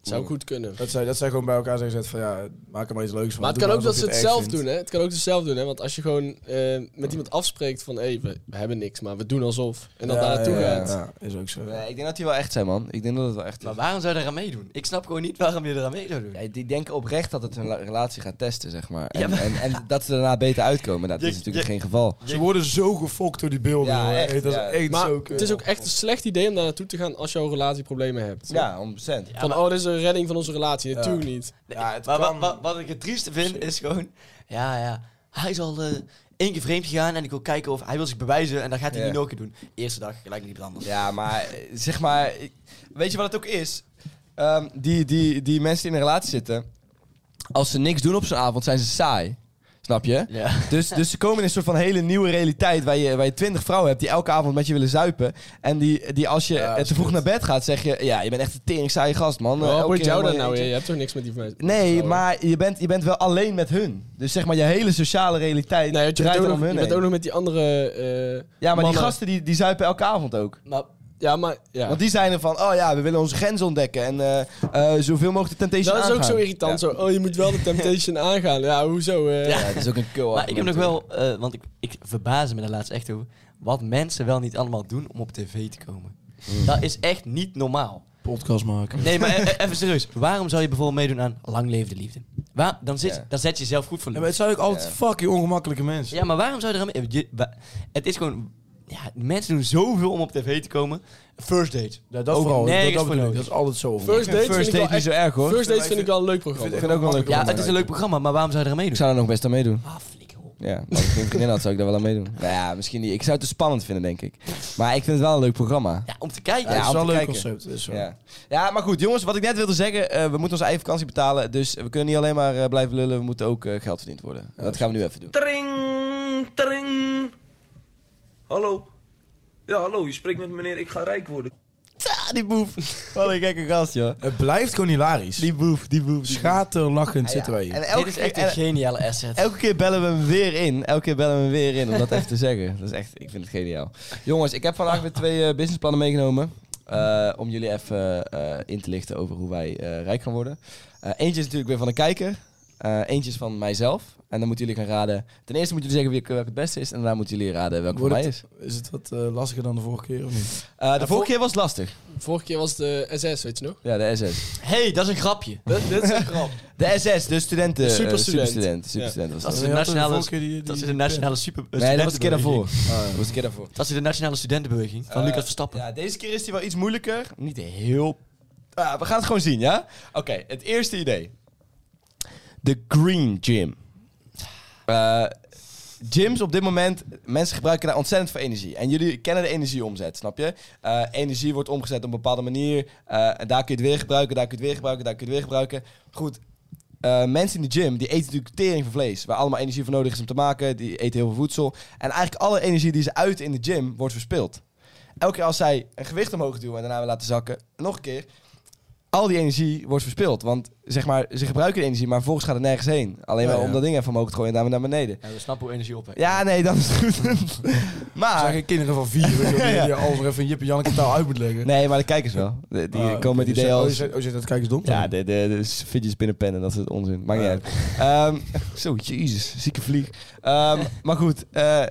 S3: Zou goed kunnen.
S5: Dat zij, dat zij gewoon bij elkaar zijn gezet van, ja, maak er maar iets leuks van.
S3: Maar het
S5: Doe
S3: kan ook dat
S5: alsof
S3: ze
S5: je
S3: het
S5: erg
S3: zelf
S5: vindt.
S3: doen, hè? Het kan ook ze zelf doen, hè? Want als je gewoon eh, met iemand afspreekt van... hé, we, we hebben niks, maar we doen alsof. En dan
S5: Ja,
S3: daar naartoe
S5: ja, ja,
S3: gaat.
S5: ja, is ook zo.
S2: Nee, ik denk dat die wel echt zijn, man. Ik denk dat het wel echt
S4: Maar
S2: is.
S4: waarom zou je eraan meedoen? Ik snap gewoon niet waarom je eraan mee zou doen.
S2: Ja, die denken oprecht dat het hun la- relatie gaat testen, zeg maar. En,
S4: Ja, maar-
S2: en, en dat ze daarna beter uitkomen. Nou, dat is
S4: Je-
S2: natuurlijk
S4: je-
S2: geen geval.
S5: Ze worden zo gefokt door die beelden,
S2: Ja,
S5: hoor.
S2: echt,
S5: Hey, dat
S2: ja.
S5: is echt
S3: Maar
S5: zo kut.
S3: het
S2: eh,
S3: is ook echt een slecht idee om daar naartoe te gaan als je al relatieproblemen hebt.
S2: Ja, 100%.
S3: Van, oh, dit is een redding van onze relatie. Natuurlijk niet.
S4: Nee,
S5: Ja, het
S4: maar wa-
S5: kan.
S4: wa- wat ik het trieste vind is gewoon... Ja, ja. Hij is al eh, één keer vreemd gegaan en ik wil kijken of... Hij wil zich bewijzen en dan gaat hij
S2: Ja.
S4: nu nog een keer doen. Eerste dag gelijk met iemand anders.
S2: Ja, maar eh, zeg maar... ik- Weet je wat het ook is? Ehm, die, die, die mensen die in een relatie zitten... Als ze niks doen op zo'n avond, zijn ze saai. Snap je?
S4: Ja.
S2: Dus, dus ze komen in een soort van hele nieuwe realiteit... waar je, waar je twintig vrouwen hebt die elke avond met je willen zuipen. En die, die als je
S5: Ja,
S2: eh,
S5: dat is
S2: te vroeg
S5: kut.
S2: naar bed gaat, zeg je... Ja, je bent echt een tering saaie gast, man. Eh,
S3: Wat
S2: elke
S3: boeit
S2: keer
S3: jou
S2: helemaal
S3: dat nou
S2: eentje.
S3: weer? Je hebt toch niks met die mensen?
S2: Nee, maar je bent, je bent wel alleen met hun. Dus zeg maar, je hele sociale realiteit
S3: Nee, want Nou, je bent,
S2: draait
S3: ook
S2: om
S3: nog,
S2: hun
S3: je bent
S2: heen.
S3: ook nog met die andere... eh,
S2: Ja, maar die
S3: mannen.
S2: gasten die, die zuipen elke avond ook.
S4: Maar
S3: Ja, maar... Ja.
S2: Want die zijn er van, oh ja, we willen onze grens ontdekken. En eh, eh, zoveel mogelijk de Temptation
S3: dat is ook
S2: aangaan.
S3: zo irritant. Zo, oh, je moet wel de
S2: [laughs]
S3: temptation aangaan. Ja, hoezo? eh?
S2: Ja, dat is ook een cool
S4: Maar ik heb nog wel, eh, want ik, ik verbaas me daar laatst echt over, wat mensen wel niet allemaal doen om op tv te komen. Dat is echt niet normaal.
S5: Podcast maken.
S4: Nee, maar e- e- even serieus. Waarom zou je bijvoorbeeld meedoen aan Lang Leef de Liefde? Waar, dan, zit,
S2: Ja.
S4: dan zet je jezelf goed voor
S5: Ja, maar
S4: lul.
S5: het zijn ook altijd fucking ongemakkelijke mensen.
S4: Ja, maar waarom zou je er aan... je- wa- Het is gewoon... ja, mensen doen zoveel om op tv te komen. First date. Dat, dat
S5: ook
S4: vond ik
S5: al, dat,
S4: nergens
S5: dat,
S4: voor
S5: bedoel ik,
S4: nodig.
S5: dat is altijd zo.
S3: First date vind ik
S2: First
S3: wel
S2: date niet
S3: echt-
S2: zo erg hoor.
S3: First Date vind ik wel een leuk programma.
S2: Ik vind het ook wel leuk.
S4: Ja, het is een leuk programma, maar waarom zou je er aan meedoen?
S2: zou er nog best aan meedoen.
S4: Ah, flikker op.
S2: Ja, als ik geen vriendin had, zou ik daar wel aan meedoen. Nou ja, misschien niet. Ik zou het te spannend vinden, denk ik. Maar ik vind het wel een leuk programma.
S4: Ja, om te kijken.
S5: Ja,
S2: Ja,
S5: het
S2: om
S5: is wel
S2: te
S5: een leuk
S2: kijken.
S5: concept. het is wel-
S2: Ja. ja, maar goed, jongens, wat ik net wilde zeggen. eh, we moeten onze eigen vakantie betalen. Dus we kunnen niet alleen maar eh, blijven lullen. We moeten ook eh, geld verdiend worden. En dat gaan we nu even doen.
S7: Tring, tring. Hallo. Ja, hallo, je spreekt met meneer Ik ga rijk worden.
S2: Tja, die boef. Wat een gekke gast, joh.
S5: Het blijft gewoon hilarisch.
S2: Die boef, die boef. die boef.
S5: Schaterlachend
S2: Ja,
S5: zitten wij
S2: En
S5: hier.
S2: elke,
S4: Dit is echt
S2: keer-
S4: een
S2: en
S4: geniale asset.
S2: elke keer bellen we hem weer in. Elke keer bellen we hem weer in om dat even te zeggen. Dat is echt, ik vind het geniaal. Jongens, ik heb vandaag weer twee eh, businessplannen meegenomen. eh, om jullie even eh, in te lichten over hoe wij eh, rijk gaan worden. Eh, eentje is natuurlijk weer van de kijker. eh, eentje is van mijzelf. En dan moeten jullie gaan raden. Ten eerste moeten jullie zeggen wie welke het beste is. En daarna moeten jullie raden welke van
S5: Wordt
S2: mij is.
S5: Is het wat eh, lastiger dan de vorige keer of niet?
S2: Eh, de vorige keer was het lastig.
S3: Vorige keer was het de SS, weet je nog?
S2: Ja, de SS.
S4: hey, dat is een grapje.
S3: Dat, dit is een grap.
S2: De SS, de studenten.
S3: De
S2: eh,
S3: superstudent.
S2: superstudent. superstudent was
S4: Dat is
S2: dat.
S5: Ja,
S4: de
S5: je had de
S4: nationale,
S5: vorige keer die- die-
S4: dat is de nationale super...
S2: Nee, dat was de keer
S4: studentenbeweging.
S2: daarvoor. Dat was de keer daarvoor.
S4: Dat is de nationale studentenbeweging van
S2: Eh,
S4: Lucas Verstappen.
S2: Ja, deze keer is die wel iets moeilijker. Niet heel... Ah, we gaan het gewoon zien, ja? Oké, het eerste idee. De Green Gym. Eh, gyms op dit moment, mensen gebruiken daar ontzettend veel energie. En jullie kennen de energieomzet, snap je? Eh, energie wordt omgezet op een bepaalde manier. Eh, en daar kun je het weer gebruiken, daar kun je het weer gebruiken, daar kun je het weer gebruiken. Goed, eh, mensen in de gym, die eten natuurlijk tering van vlees. Waar allemaal energie voor nodig is om te maken. Die eten heel veel voedsel. En eigenlijk alle energie die ze uiten in de gym, wordt verspild. Elke keer als zij een gewicht omhoog duwen en daarna weer laten zakken, nog een keer. Al die energie wordt verspild. Want zeg maar, ze gebruiken de energie, maar vervolgens gaat het nergens heen. Alleen maar
S5: Ja, ja.
S2: om dat ding even omhoog te gooien en daarna naar beneden.
S4: Ja, we snappen hoe energie opwekt.
S2: Ja, nee, dat is
S5: [laughs]
S2: goed. maar...
S5: Zeggen kinderen van
S2: [laughs]
S5: vier, weet je wel, die je alles nog even in Jip en Janneke taal uit moet leggen.
S2: Nee, maar de kijkers wel. De- die
S5: Ah,
S2: komen met
S5: je
S2: ideeën
S5: zegt- Oh, je
S2: als...
S5: zegt- oh, je zegt dat kijkers dom
S2: Ja,
S5: zijn.
S2: de, de, de fidgets binnen pennen, dat is het onzin. Maakt niet uit. Ehm, [laughs] zo, jezus, zieke vlieg. Ehm, maar goed, eh,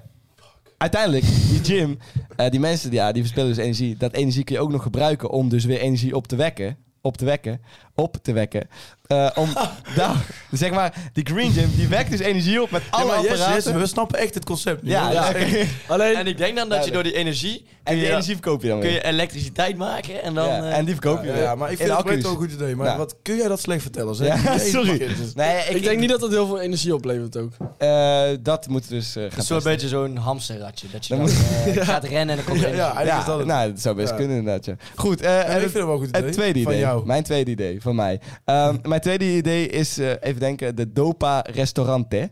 S2: uiteindelijk, die gym, eh, die mensen die- ja, die verspillen dus energie. Dat energie kun je ook nog gebruiken om dus weer energie op te wekken. Op te wekken. Op te wekken. Eh, om,
S5: [laughs]
S2: nou, zeg maar, die green gym, die wekt dus energie op met alle
S5: Ja, maar yes,
S2: apparaten.
S5: yes, we snappen echt het concept nu.
S2: Ja,
S5: hoor.
S2: ja.
S3: Alleen,
S4: En ik denk dan dat je door die energie...
S2: En die
S4: kun je-
S2: energie verkoop je dan
S4: kun
S2: weer.
S4: je elektriciteit maken en dan...
S2: Ja,
S4: eh,
S2: en die verkoop je
S5: Ja,
S2: weer.
S5: ja, maar ik vind
S2: In
S5: het
S2: accu's.
S5: wel een goed idee. Maar
S2: Ja.
S5: wat kun jij dat slecht vertellen? Zeg?
S2: Ja,
S5: Jezus,
S2: sorry.
S5: man, dit is-
S2: Nee, ik,
S3: ik, denk niet dat dat heel veel energie oplevert ook.
S2: eh, dat moet dus eh, gaan
S4: Het is zo'n
S2: testen.
S4: beetje zo'n hamsterradje. Dat je
S2: Dan
S4: dan,
S2: [laughs]
S4: eh, gaat rennen en dan komt er
S5: Ja, ja,
S4: energie.
S5: eigenlijk is dat
S2: ja,
S5: het.
S2: nou, dat zou best
S5: Ja.
S2: kunnen inderdaad, ja. Goed, eh,
S5: Ja,
S2: en
S5: ik vind het wel een goed idee.
S2: het tweede
S5: Van
S2: idee.
S5: jou.
S2: Mijn tweede idee, van mij.
S5: [laughs]
S2: Ehm, mijn tweede idee is, eh, even denken, de Dopa Restaurante.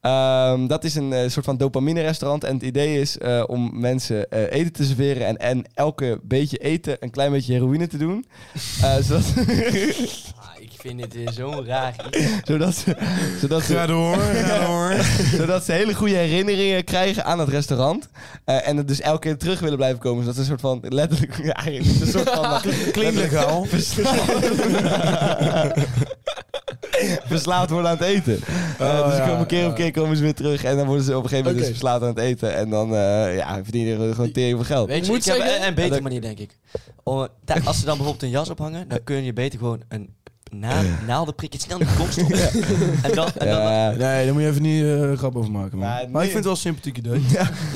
S2: Ehm, dat is een eh, soort van dopamine restaurant. En het idee is eh, om mensen eh, eten te serveren en, en elke beetje eten een klein beetje heroïne te
S5: [laughs]
S2: doen. Eh, zodat,
S4: Ah, ik vind dit eh, zo'n raar iets.
S2: zodat, ze, zodat, ze,
S5: Ga door,
S2: [laughs]
S5: ga door.
S2: zodat ze hele goede herinneringen krijgen aan het restaurant. Eh, en het dus elke keer terug willen blijven komen. Zodat ze een soort van, letterlijk, ja, eigenlijk is het een
S5: [laughs]
S2: soort van...
S5: Klinkt
S2: [laughs]
S5: legaal.
S2: verslaafd worden aan het eten. Eh,
S5: Oh,
S2: dus
S5: ja,
S2: komen keer op
S5: ja.
S2: keer komen ze weer terug en dan worden ze op een gegeven moment
S3: Oké.
S2: dus verslaafd aan het eten. En dan eh, ja, verdienen ze gewoon tering veel geld.
S4: Weet je,
S3: moet
S4: ik heb eh,
S3: zeggen-
S4: een, een betere manier, denk ik. Om, da- als ze dan bijvoorbeeld een jas ophangen, dan kun je beter gewoon een na, naaldenprikje snel in de kont
S2: [laughs]
S4: stoppen. En dan, en dan,
S2: Ja.
S5: Nee, daar moet je even niet eh, grap over maken, man.
S2: Maar
S5: Maar,
S2: nee.
S5: ik vind het wel een sympathiek idee.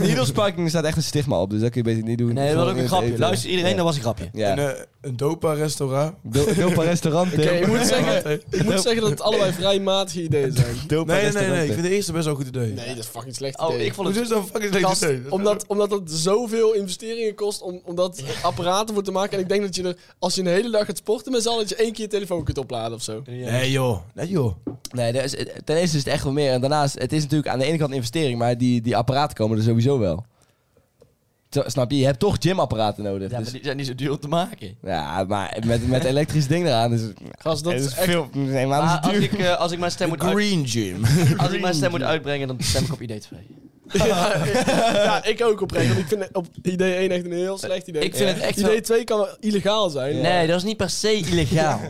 S2: Needles parking staat echt een stigma op, dus dat kun je beter niet doen.
S4: nee, dat was
S2: Gewoon
S4: ook een
S2: in het
S4: grapje.
S2: eten.
S4: Luister, iedereen,
S2: Ja.
S4: dat was een grapje.
S2: Ja.
S5: Een, eh, een dopa-restaurant.
S2: Do- Dopa
S4: [laughs]
S2: restaurant.
S3: Oké,
S2: hè?
S3: ik moet zeggen, ik moet zeggen dat het allebei vrij matige ideeën zijn.
S2: Dopa
S5: Nee, nee, nee,
S2: restaurant,
S5: nee. Ik
S2: hè?
S5: vind de eerste best wel een goed idee.
S3: Nee, dat is fucking slecht
S4: Oh,
S3: idee.
S4: ik vond
S5: Hoezo is
S4: het...
S5: dat een fucking slecht
S3: Gast,
S5: idee? Dat-
S3: omdat, omdat het zoveel investeringen kost om, om dat apparaten voor te maken. En ik denk dat je er, als je een hele dag gaat sporten met z'n allen, dat je één keer je telefoon kunt opladen of zo.
S5: Nee, joh. Nee, joh.
S2: Nee, dat is- ten eerste is het echt wel meer. En daarnaast, het is natuurlijk aan de ene kant een investering, maar die, die apparaten komen er sowieso wel. Zo, snap je? Je hebt toch gymapparaten nodig.
S4: Ja,
S2: dus-
S4: maar die zijn niet zo duur om te maken.
S2: Ja, maar met, met elektrisch ding eraan is het
S3: Gast, dat
S2: het
S3: is
S2: is
S3: echt...
S2: veel. Nee, maar
S4: Maar
S2: dat is
S4: als
S2: duur.
S4: ik, eh, als ik mijn stem moet, uit,
S5: Green Gym.
S4: als ik mijn stem moet uitbrengen, dan stem ik op idee 2.
S3: [laughs] ja, ik ook oprecht. Want ik vind op idee 1 echt een heel slecht idee.
S4: Ik vind het echt
S3: Idee
S4: wel...
S3: 2 kan wel illegaal zijn.
S4: Nee, dat is niet per se illegaal.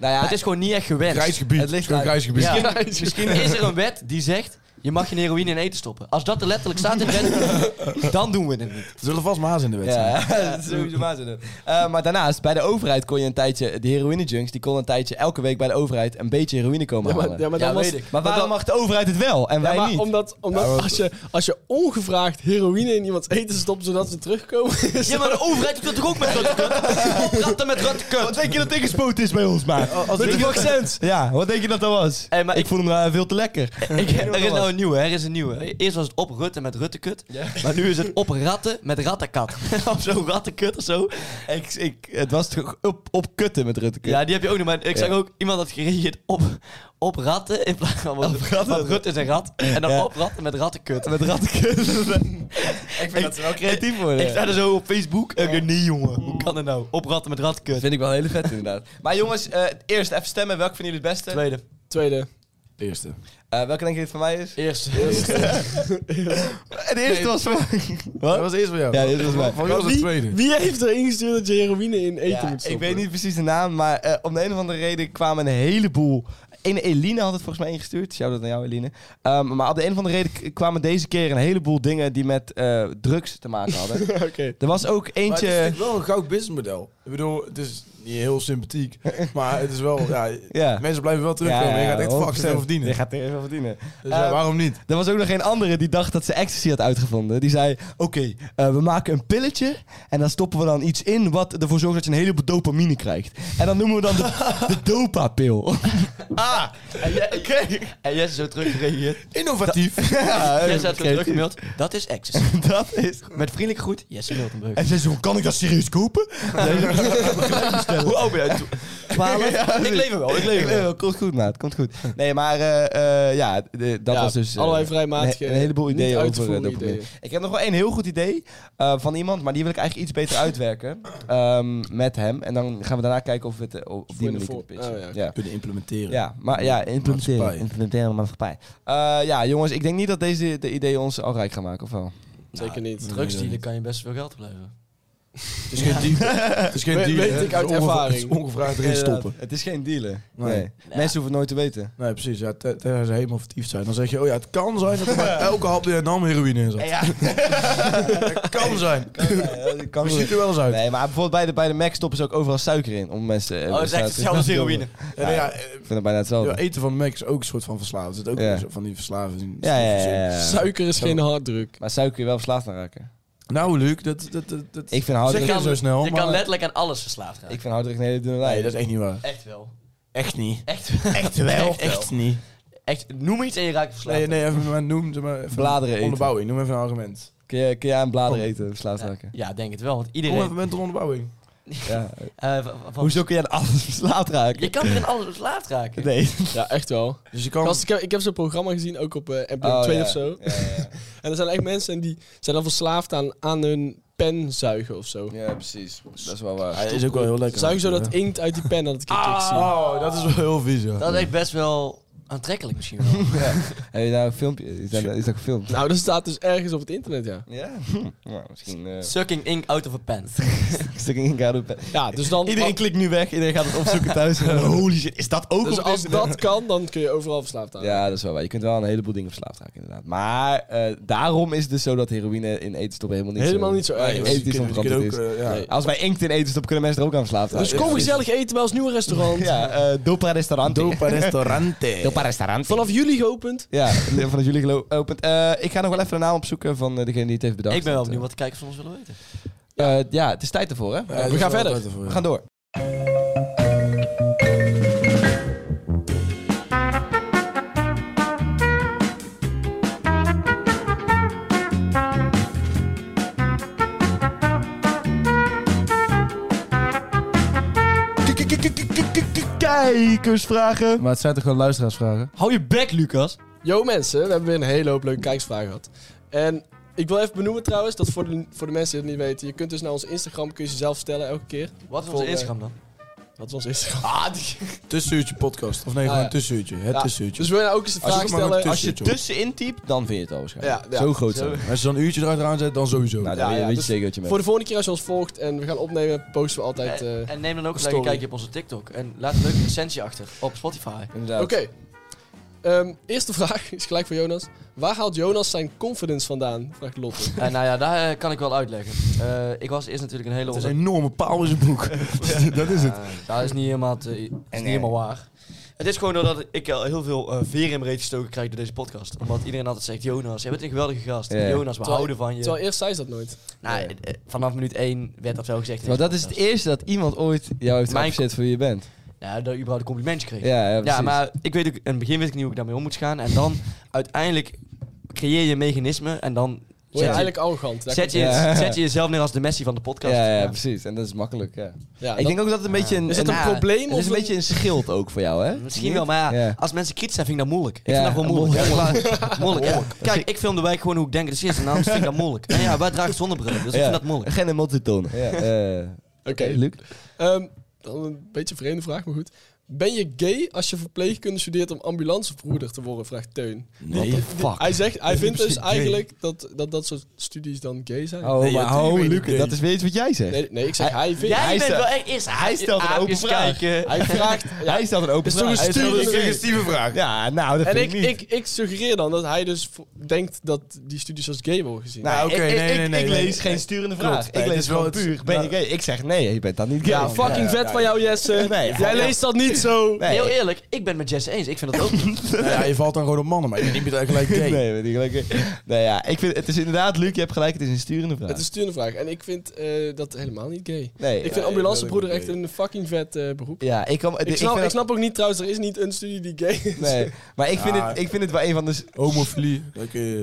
S2: Nou ja,
S4: Het is gewoon niet echt gewenst.
S5: Grijs gebied.
S2: Het
S5: Het
S2: ligt
S5: ligt een
S2: aan-
S5: grijs gebied.
S4: Ja, misschien is er een wet die zegt Je mag geen heroïne in eten stoppen. Als dat er letterlijk staat in de [laughs] wet, dan doen we het niet.
S5: Er zullen vast maas in de wet zijn.
S2: [laughs] Ja, dat is sowieso waanzinnig. Eh, maar daarnaast, bij de overheid kon je een tijdje... De heroïne-junks, die kon een tijdje elke week bij de overheid... een beetje heroïne komen
S3: Ja, maar-
S2: halen.
S3: ja, maar dan was-
S2: weet ik. Maar
S3: maar
S2: waarom
S3: dan-
S2: mag de overheid het wel en wij
S3: Ja, maar
S2: niet?
S3: omdat, omdat als, je, als je ongevraagd heroïne in iemands eten stopt zodat ze terugkomen. is
S4: Ja, maar de overheid doet dat toch ook met [laughs] rotte kut? met rotte
S2: Wat
S4: kut.
S2: denk je dat ingespoten is bij ons, maar?
S3: Oh.
S2: Als
S4: Met die
S2: vaccins. Ja, wat denk je dat dat was?
S4: Hey, maar
S2: ik,
S4: ik-
S2: vond hem eh, veel te lekker.
S4: Ik, er is nou een nieuwe, hè? er is een nieuwe. Eerst was het op Rutte met Rutte kut. Maar nu is het op ratten met rattenkat. [laughs] of zo, rattenkut of zo.
S2: ik, ik, het was toch op, op kutten met Rutte.
S4: Ja, die heb je ook nog. Maar ik zag ook iemand had gereageerd op, op ratten in plaats van... Op
S2: ratten.
S4: Want Rutte is een rat. En dan
S2: Ja.
S4: op ratten met rattenkut.
S2: Met
S4: [laughs]
S2: rattenkut. ik vind
S4: dat
S2: ze wel creatief worden.
S4: Ik sta er zo op Facebook en ik denk, nee jongen, hoe kan dat nou? Op ratten met rattenkut.
S2: vind ik wel heel vet inderdaad. Maar jongens, eh, eerst even stemmen. Welke van jullie het beste?
S4: Tweede.
S3: Tweede.
S5: Eerste.
S2: Eh, welke denk je dit van mij is?
S4: Eerste.
S2: De eerste was van
S5: Dat was eerst van jou.
S2: Ja, dit was mij.
S5: Van jou was het
S3: Wie,
S5: tweede.
S3: wie heeft er ingestuurd dat je heroïne in eten moet stoppen?
S2: ik weet niet precies de naam, maar eh, om de een of andere reden kwamen een heleboel... Ene Eline had het volgens mij ingestuurd. Shout-out naar jou, Eline. Ehm, maar op de een of andere reden k- kwamen deze keer een heleboel dingen die met eh, drugs te maken hadden.
S4: [laughs]
S3: Oké.
S2: er was ook
S5: Maar het is
S2: eentje...
S5: natuurlijk wel een goud businessmodel. Ik bedoel, het is niet heel sympathiek, [laughs] maar het is wel... Ja,
S2: Ja.
S5: Mensen blijven wel terugkomen. je gaat echt fucking veel
S2: 100%.
S5: verdienen.
S2: Je gaat er even verdienen.
S5: Dus ja,
S2: Eh,
S5: waarom niet?
S2: Er was ook nog een andere die dacht dat ze ecstasy had uitgevonden. Die zei, oké, eh, we maken een pilletje en dan stoppen we dan iets in wat ervoor zorgt dat je een heleboel dopamine krijgt. En dan noemen we dan de, de dopapil. [laughs]
S4: Ah! En, jij- en Jesse zo terug gereageerd.
S5: Innovatief.
S2: Ja, eh,
S4: Jesse had zo
S2: creatief.
S4: terug gemaild. Dat is ecstasy.
S2: Dat is...
S4: Met vriendelijk groet, Jesse Miltenbrug.
S2: En zei zo, kan ik dat serieus kopen? [laughs]
S4: Hoe oud ben jij? Tw- 12? ik leef hem wel, ik leef hem wel.
S2: Komt goed, maat. Komt goed. Nee, maar eh, eh, ja, de- dat
S3: Ja,
S2: was dus... eh,
S3: allerlei vrijmatige,
S2: een, een heleboel
S3: niet
S2: ideeën over eh,
S3: uitgevoerde
S2: dopamine.
S3: ideeën.
S2: Ik heb nog wel één heel goed idee eh, van iemand, maar die wil ik eigenlijk iets beter uitwerken ehm, met hem. En dan gaan we daarna kijken of we het eh, op die
S3: je
S2: manier
S3: de
S2: kunnen
S3: voor-
S2: pitchen.
S3: oh, ja, oké.
S2: ja.
S5: Kunnen implementeren.
S2: Ja, maar ja, implementeren.
S5: Maatschappij.
S2: Implementeren maatschappij. Eh ja, jongens, ik denk niet dat deze de ideeën ons al rijk gaan maken, of wel?
S3: Zeker niet.
S4: Drugs dealen kan je best veel geld blijven.
S5: Het is geen [laughs] deal. Het is geen
S3: We-
S5: deal.
S3: weet
S5: hè.
S3: ik
S5: Het is
S3: uit
S5: ongev-
S3: ervaring.
S5: Het is ongevraagd erin
S2: Inderdaad,
S5: stoppen.
S2: Het is geen dealen. Nee.
S5: Nee.
S2: Mensen hoeven het nooit te
S5: [laughs]
S2: weten.
S5: Nee, precies. Ja, ter- tenzij ze helemaal vertiefd zijn. Dan zeg je, oh [laughs] ja, het kan zijn dat er bij elke hap die je nam heroïne in zat. Het kan zijn.
S2: kan
S5: Het ziet er wel eens uit.
S2: Nee, maar bijvoorbeeld bij de, bij de Mac stoppen ze ook overal suiker in. Om mensen... eh,
S4: Oh, het is echt
S2: te-
S4: hetzelfde als heroïne.
S5: Ja, nou ja, eh,
S2: [laughs] Ik vind het bijna
S5: ja,
S2: hetzelfde.
S5: eten van Mac is ook een soort van verslaafd. Het is ook
S2: Ja.
S5: een soort van die verslaving.
S2: Ja, ja, ja, ja, ja.
S3: Suiker is geen harddruk.
S2: Maar suiker kun je wel verslaafd aan raken.
S5: Nou, Luc, dat, dat, dat, dat
S2: Ik vind
S5: zeg
S2: harddruk,
S5: je zo snel.
S4: Je
S5: maar-
S4: kan letterlijk aan alles verslaafd raken.
S2: ik vind harddruk een hele dunne lijn.
S5: Nee, dat is echt niet waar.
S4: Echt wel.
S5: Echt niet.
S4: Echt wel. Echt
S5: Wel,
S4: Echt,
S5: niet.
S4: Noem iets en je raakt verslaafd.
S5: Nee, nee, even maar noem zeg maar, even
S2: Bladeren eten.
S5: Onderbouwing, noem even een argument.
S2: Kun, je, kun je aan bladeren eten verslaafd raken?
S4: Ja, denk het wel. Want
S5: Kom even
S4: iedereen...
S5: met een onderbouwing.
S2: Ja.
S4: eh, van- van-
S2: Hoezo kun je aan alles verslaafd raken?
S4: [laughs] Je kan er in alles verslaafd raken.
S2: Nee.
S3: Ja, echt wel.
S5: Dus je kan...
S3: Gast, ik heb, ik heb zo'n programma gezien, ook op eh NPO 2 of zo.
S2: Oh, Ja, ja,
S3: En er zijn echt mensen en die zijn dan verslaafd aan, aan hun pen zuigen of [laughs] zo.
S2: ja. ja, precies. Dat is wel waar.
S5: Ja, is ook wel heel lekker.
S3: Zuigen zo dat inkt uit die pen, dat ik het zien.
S5: Oh, dat is wel heel vies, ja.
S4: Dat is echt best wel aantrekkelijk misschien [laughs] wel.
S2: Heb je daar een filmpje? Is dat, is dat gefilmd?
S3: Nou, dat staat dus ergens op het internet, ja.
S2: Ja? [laughs] Nou,
S4: [laughs]
S2: misschien... eh
S4: Sucking ink out of a [laughs] pen.
S3: Ja, dus dan...
S2: Iedereen klikt nu weg, iedereen gaat het opzoeken thuis. Holy shit, is dat ook
S3: Dus als dat kan, dan kun je overal verslaafd aan.
S2: Ja, dat is wel waar. Je kunt wel aan een heleboel dingen verslaafd raken, inderdaad. Maar eh, daarom is het dus zo dat heroïne in etenstop helemaal niet
S3: Helemaal
S2: zo...
S3: niet zo
S5: Ah,
S3: erg.
S2: Nee,
S3: is.
S2: het is onverantwoord is.
S5: eh, ja.
S3: Nee.
S2: Als wij inkt in etenstop kunnen mensen er ook aan verslaafd raken.
S3: Dus kom gezellig eten bij ons nieuwe restaurant.
S2: Ja, eh dopa restaurante. [laughs]
S5: Dopa restaurante.
S2: restaurante.
S3: Vanaf juli geopend.
S2: Ja, [laughs] vanaf jullie geopend. Eh, ik ga nog wel even de naam opzoeken van eh, degene die het heeft bedacht.
S4: Ik ben wel
S2: Want,
S4: benieuwd wat de kijkers van ons willen weten.
S2: eh, eh, ja, het is tijd ervoor, hè?
S5: Ja,
S2: we
S5: dat
S2: gaan
S5: is wel
S2: verder.
S5: tijd ervoor, ja.
S2: We gaan door. Kijkersvragen.
S5: Maar het zijn toch gewoon luisteraarsvragen?
S4: Hou je bek, Lucas.
S3: Yo mensen, we hebben weer een hele hoop leuke kijksvragen gehad. En ik wil even benoemen trouwens, dat voor de, voor de mensen die het niet weten. Je kunt dus naar onze Instagram, kun je ze zelf stellen elke keer.
S4: Wat is
S3: Voor,
S4: onze
S3: eh,
S4: Instagram dan?
S3: Wat is ons Instagram?
S2: Ah,
S5: Tussenuurtje podcast. Of nee, gewoon
S3: ja.
S5: een tussenuurtje. Het
S3: Ja,
S5: tussenuurtje.
S3: Dus wil je nou ook eens een
S2: Ah,
S5: Als je
S3: vraag
S5: het maar
S3: stellen?
S5: een
S3: Als je,
S5: tussenuurtje
S2: Tussenin
S4: Eh,
S2: typt, dan vind je het al waarschijnlijk.
S3: Ja, ja.
S2: Zo groot zijn.
S3: Zo.
S2: we.
S5: hoort. Als je dan een uurtje eruit aan zet, dan sowieso.
S2: Nou,
S3: Ja,
S2: dan
S3: ja,
S2: weet je
S3: dus
S2: zeker wat je bent.
S3: voor de volgende keer als je ons volgt en we gaan opnemen, posten we altijd... eh,
S4: en, en neem dan ook gelijk
S3: story.
S4: [laughs]
S2: eh,
S4: een kijkje op onze TikTok. En laat een leuke recensie achter op Spotify.
S2: Inderdaad.
S3: Oké. Ehm, eerste vraag is gelijk voor Jonas. Waar haalt Jonas zijn confidence vandaan? Vraagt Lotte.
S4: Eh, nou ja, daar eh, kan ik wel uitleggen. Eh, ik was eerst natuurlijk een hele...
S5: Het is
S4: onder-
S5: een enorme paal in zijn
S2: [laughs]
S5: broek. dat is het.
S4: Eh, dat is niet helemaal, te- is niet helemaal waar. Het is gewoon doordat ik al heel veel eh veren in mijn reet gestoken krijg door deze podcast. Omdat iedereen altijd zegt, Jonas, je bent een geweldige gast.
S2: Ja.
S4: Jonas, we
S3: Terwijl-
S4: houden van je.
S3: Terwijl eerst zei ze dat nooit.
S4: Nou, eh, eh, vanaf minuut 1 werd dat wel gezegd.
S2: Want dat is het e- eerste dat iemand ooit jou heeft
S4: Mijn-
S2: opgezet voor wie je bent.
S4: Ja, dat je überhaupt een complimentje kreeg.
S2: Ja, ja,
S4: Ja,
S2: precies.
S4: maar ik weet ook, in het begin wist ik niet hoe ik daarmee om moest gaan. En
S2: [laughs]
S4: dan uiteindelijk creëer je mechanismen en dan
S3: Word je
S4: zet je,
S3: eigenlijk arrogant. Daar
S4: zet je,
S2: Ja.
S4: zet je jezelf neer als de Messi van de podcast.
S2: Ja, ja, precies. En dat is makkelijk, ja.
S3: komt- ja,
S2: ik
S3: dat-
S2: denk ook dat het een beetje een...
S3: Is het een
S2: ja,
S3: probleem
S2: Het
S3: of
S2: is een
S3: een-
S2: beetje een schild ook voor jou, hè?
S4: Misschien wel, maar ja,
S2: Ja.
S4: als mensen kritisch zijn, vind ik dat moeilijk. Ik
S2: Ja,
S4: vind dat gewoon moeilijk.
S2: moeilijk.
S4: Ja,
S2: [laughs]
S4: klaar. [laughs] moeilijk. hè. Kijk, ik film de wijk gewoon hoe ik denk dat het is en anders vind ik dat
S2: [laughs]
S4: moeilijk. En ja, wij dragen zonnebrillen, dus ik
S2: Ja.
S4: vind dat moeilijk.
S2: Geen multitoon. Ja. eh,
S3: Oké.
S2: Luc?
S3: Ehm, dan een beetje een vreemde vraag, maar goed. Ben je gay als je verpleegkunde studeert om ambulancevoerder te worden? Vraagt Teun.
S5: Nee, fuck.
S3: Hij, zegt, hij
S5: is
S3: vindt
S5: niet
S3: dus
S5: per se gay.
S3: eigenlijk dat, dat dat soort studies dan gay zijn.
S2: Oh,
S5: Nee,
S2: maar
S5: natuurlijk
S2: oh,
S5: weet ik
S2: Luc,
S5: niet.
S2: dat is weer iets wat jij zegt.
S3: Nee, nee, ik zeg hij, vindt.
S4: Jij
S2: Hij
S4: bent
S2: stelt-
S4: wel echt eerst
S2: hij stelt een open
S4: aapjes
S2: vraag.
S4: kijken.
S3: Hij vraagt... ja,
S2: Hij stelt een open
S3: Is toch
S2: vraag.
S3: een
S2: Hij stelt
S3: sturing?
S5: vraag.
S2: Ja, nou, dat
S3: en ik,
S2: vind niet.
S3: ik, ik suggereer dan dat hij dus vo- denkt dat die studies als gay worden gezien.
S5: Nou, oké,
S2: Ik- ik-
S5: nee, nee,
S2: ik-
S5: nee.
S2: Ik
S5: nee.
S2: lees geen sturende vraag.
S5: Nee,
S2: Ik
S5: het
S2: lees
S5: is wel
S2: gewoon
S5: het-
S2: puur, ben je
S5: maar-
S2: gay? Ik zeg nee, je bent dat niet gay.
S3: ja, fucking vet van jou, Jesse.
S2: Nee,
S3: Jij
S2: ja.
S3: leest dat niet zo.
S2: Nee.
S4: Heel eerlijk, ik ben het met Jesse eens. Ik vind dat ook
S2: [laughs]
S4: niet.
S5: Nou ja, je valt dan gewoon op mannen, maar je bent niet meer gelijk gay.
S2: Nee, weet ik [laughs] gelijk. Nee, Nou ja, ik vind, het is inderdaad, Luc, je hebt gelijk, het is een sturende vraag.
S3: Het is een vraag. En ik vind eh, dat helemaal niet gay.
S2: nee,
S3: Ik
S2: ja,
S3: vind ambulancebroeder
S5: dat
S3: echt
S5: is ook
S3: een fucking vet eh, beroep.
S2: ja, ik kan...
S3: Ik snap,
S2: vind
S3: ik
S2: dat-
S3: snap ook niet trouwens, er is niet een studie die gay is.
S2: Nee, maar ik vind,
S5: Ja.
S2: het, ik vind het wel een van
S4: [laughs]
S2: de... s-
S5: Homofilie. Dat, kun
S2: [laughs]
S5: je-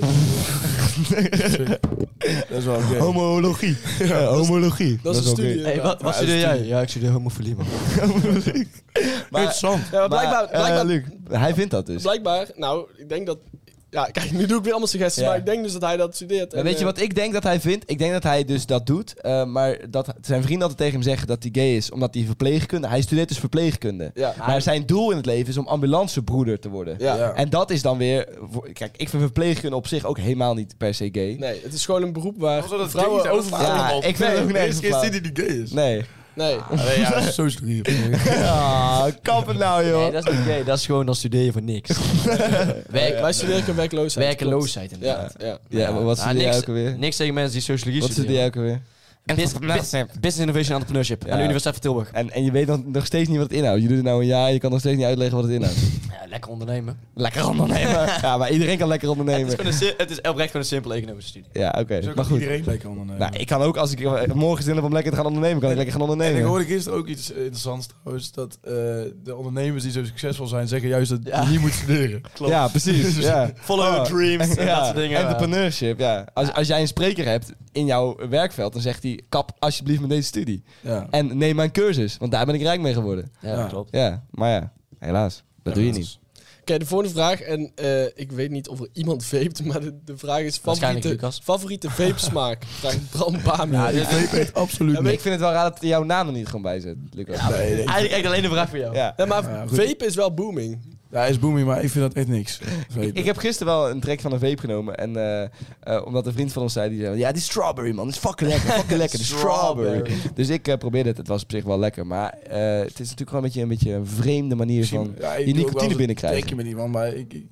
S5: dat is wel gay.
S2: Homologie. [laughs] Ja, homologie.
S3: Dat is een
S2: ook
S3: studie.
S2: weer-
S4: Hey, wat, wat
S5: Ja,
S4: studeer
S5: dat is
S4: jij? Ja, ik studeer homofilie,
S2: [laughs]
S4: man.
S2: Maar,
S5: Interessant.
S3: Ja, [laughs] [laughs] maar
S2: maar,
S3: blijkbaar,
S2: eh,
S3: blijkbaar,
S2: Luc, hij vindt dat dus.
S3: blijkbaar, nou, ik denk dat... Ja, kijk, nu doe ik weer allemaal suggesties,
S2: Ja.
S3: maar ik denk dus dat hij dat studeert.
S2: Maar
S3: En,
S2: weet je
S3: eh,
S2: wat ik denk dat hij vindt? Ik denk dat hij dus dat doet. eh, maar dat zijn vrienden altijd tegen hem zeggen dat hij gay is. Omdat hij verpleegkunde... Hij studeert dus verpleegkunde.
S3: Ja,
S2: Maar zijn doel in het leven is om ambulancebroeder te worden.
S3: ja.
S5: Ja.
S2: En dat is dan weer... voor- Kijk, ik vind verpleegkunde op zich ook helemaal niet per se gay.
S3: Nee, het is gewoon een beroep waar
S5: Als we dat
S3: vrouwen
S5: ding zouden
S3: over...
S5: vragen,
S2: Ja,
S5: allemaal.
S2: ik vind het ook
S5: Nee,
S2: nergens
S5: Er is
S2: op
S5: geen
S2: slaan.
S5: studie die gay is.
S2: Nee.
S3: Nee,
S5: Nee, ja, zo is het niet.
S4: [laughs]
S2: Ah, kap het nou, joh.
S4: Nee, dat is niet gay. Dat is gewoon, dan studeer je voor
S2: [laughs]
S4: niks. Werk,
S3: wij studeren werkloosheid.
S4: werkeloosheid,
S3: klopt. Ja,
S4: inderdaad.
S3: ja.
S2: ja, maar wat
S4: Ah,
S2: studeer jij
S4: niks-
S2: ook alweer?
S4: Niks tegen mensen die sociologie
S2: Wat studeer jij ook alweer?
S4: Bus- bus- Business Innovation and Entrepreneurship
S2: Ja.
S4: aan de Universiteit van Tilburg.
S2: En, en je weet dan nog steeds niet wat het inhoudt. Je doet het nou een jaar, je kan nog steeds niet uitleggen wat het inhoudt.
S4: Ja, lekker
S2: [laughs]
S4: ondernemen.
S2: lekker ondernemen. [laughs] ja, maar iedereen kan lekker ondernemen.
S4: Het is, oprecht gewoon een simpele economische studie.
S2: Ja, oké. Maar
S5: Maar
S2: goed.
S5: Iedereen bij kan ondernemen.
S2: Nou, ik kan ook, als ik eh, morgen zin heb om lekker te gaan ondernemen, kan ik lekker gaan
S5: En ik
S2: ondernemen.
S5: hoorde gisteren ook iets interessants trouwens, dat eh, de ondernemers die zo succesvol zijn, zeggen juist dat je niet moet studeren.
S4: klopt.
S2: Ja, precies. ja.
S4: Follow your dreams en
S2: Ah. Oh. [laughs] Ja,
S4: dat soort dingen.
S2: Entrepreneurship, ja. Als, als jij een spreker hebt in jouw werkveld, dan zegt hij, kap alsjeblieft met deze studie.
S5: Ja.
S2: En neem mijn cursus, want daar ben ik rijk mee geworden.
S4: Ja, dat klopt.
S2: Ja, maar ja, helaas. Dat doe je niet.
S3: Oké, de volgende vraag. En eh, ik weet niet of er iemand vapet, maar de, de vraag is
S4: Waarschijnlijk
S3: favoriete,
S4: Lucas.
S3: favoriete
S2: [laughs]
S3: vapesmaak. Vraagt Bram Bami.
S5: Ik weet absoluut
S2: Ja, maar
S5: niet.
S2: ik vind het wel raar dat hij jouw naam er niet gewoon bij zit, Lucas. Ja,
S5: Nee, nee.
S4: Eigenlijk echt alleen een vraag voor jou.
S3: Ja, maar
S5: Ja, goed.
S3: vape is wel booming.
S5: Ja, hij is booming, maar ik vind dat echt niks.
S2: Ik, ik heb gisteren wel een trek van een vape genomen. En eh, eh, omdat een vriend van ons zei, die zei, ja, die strawberry man, die is fucking lekker, fucking
S4: [laughs]
S2: lekker, de strawberry. Dus ik eh, probeerde het, het was op zich wel lekker. Maar eh, het is natuurlijk gewoon een beetje een, beetje een vreemde manier van...
S5: ja,
S2: je
S5: doe ook
S2: nicotine
S5: wel eens een
S2: binnenkrijgen.
S5: trekje met iemand, maar ik... ik-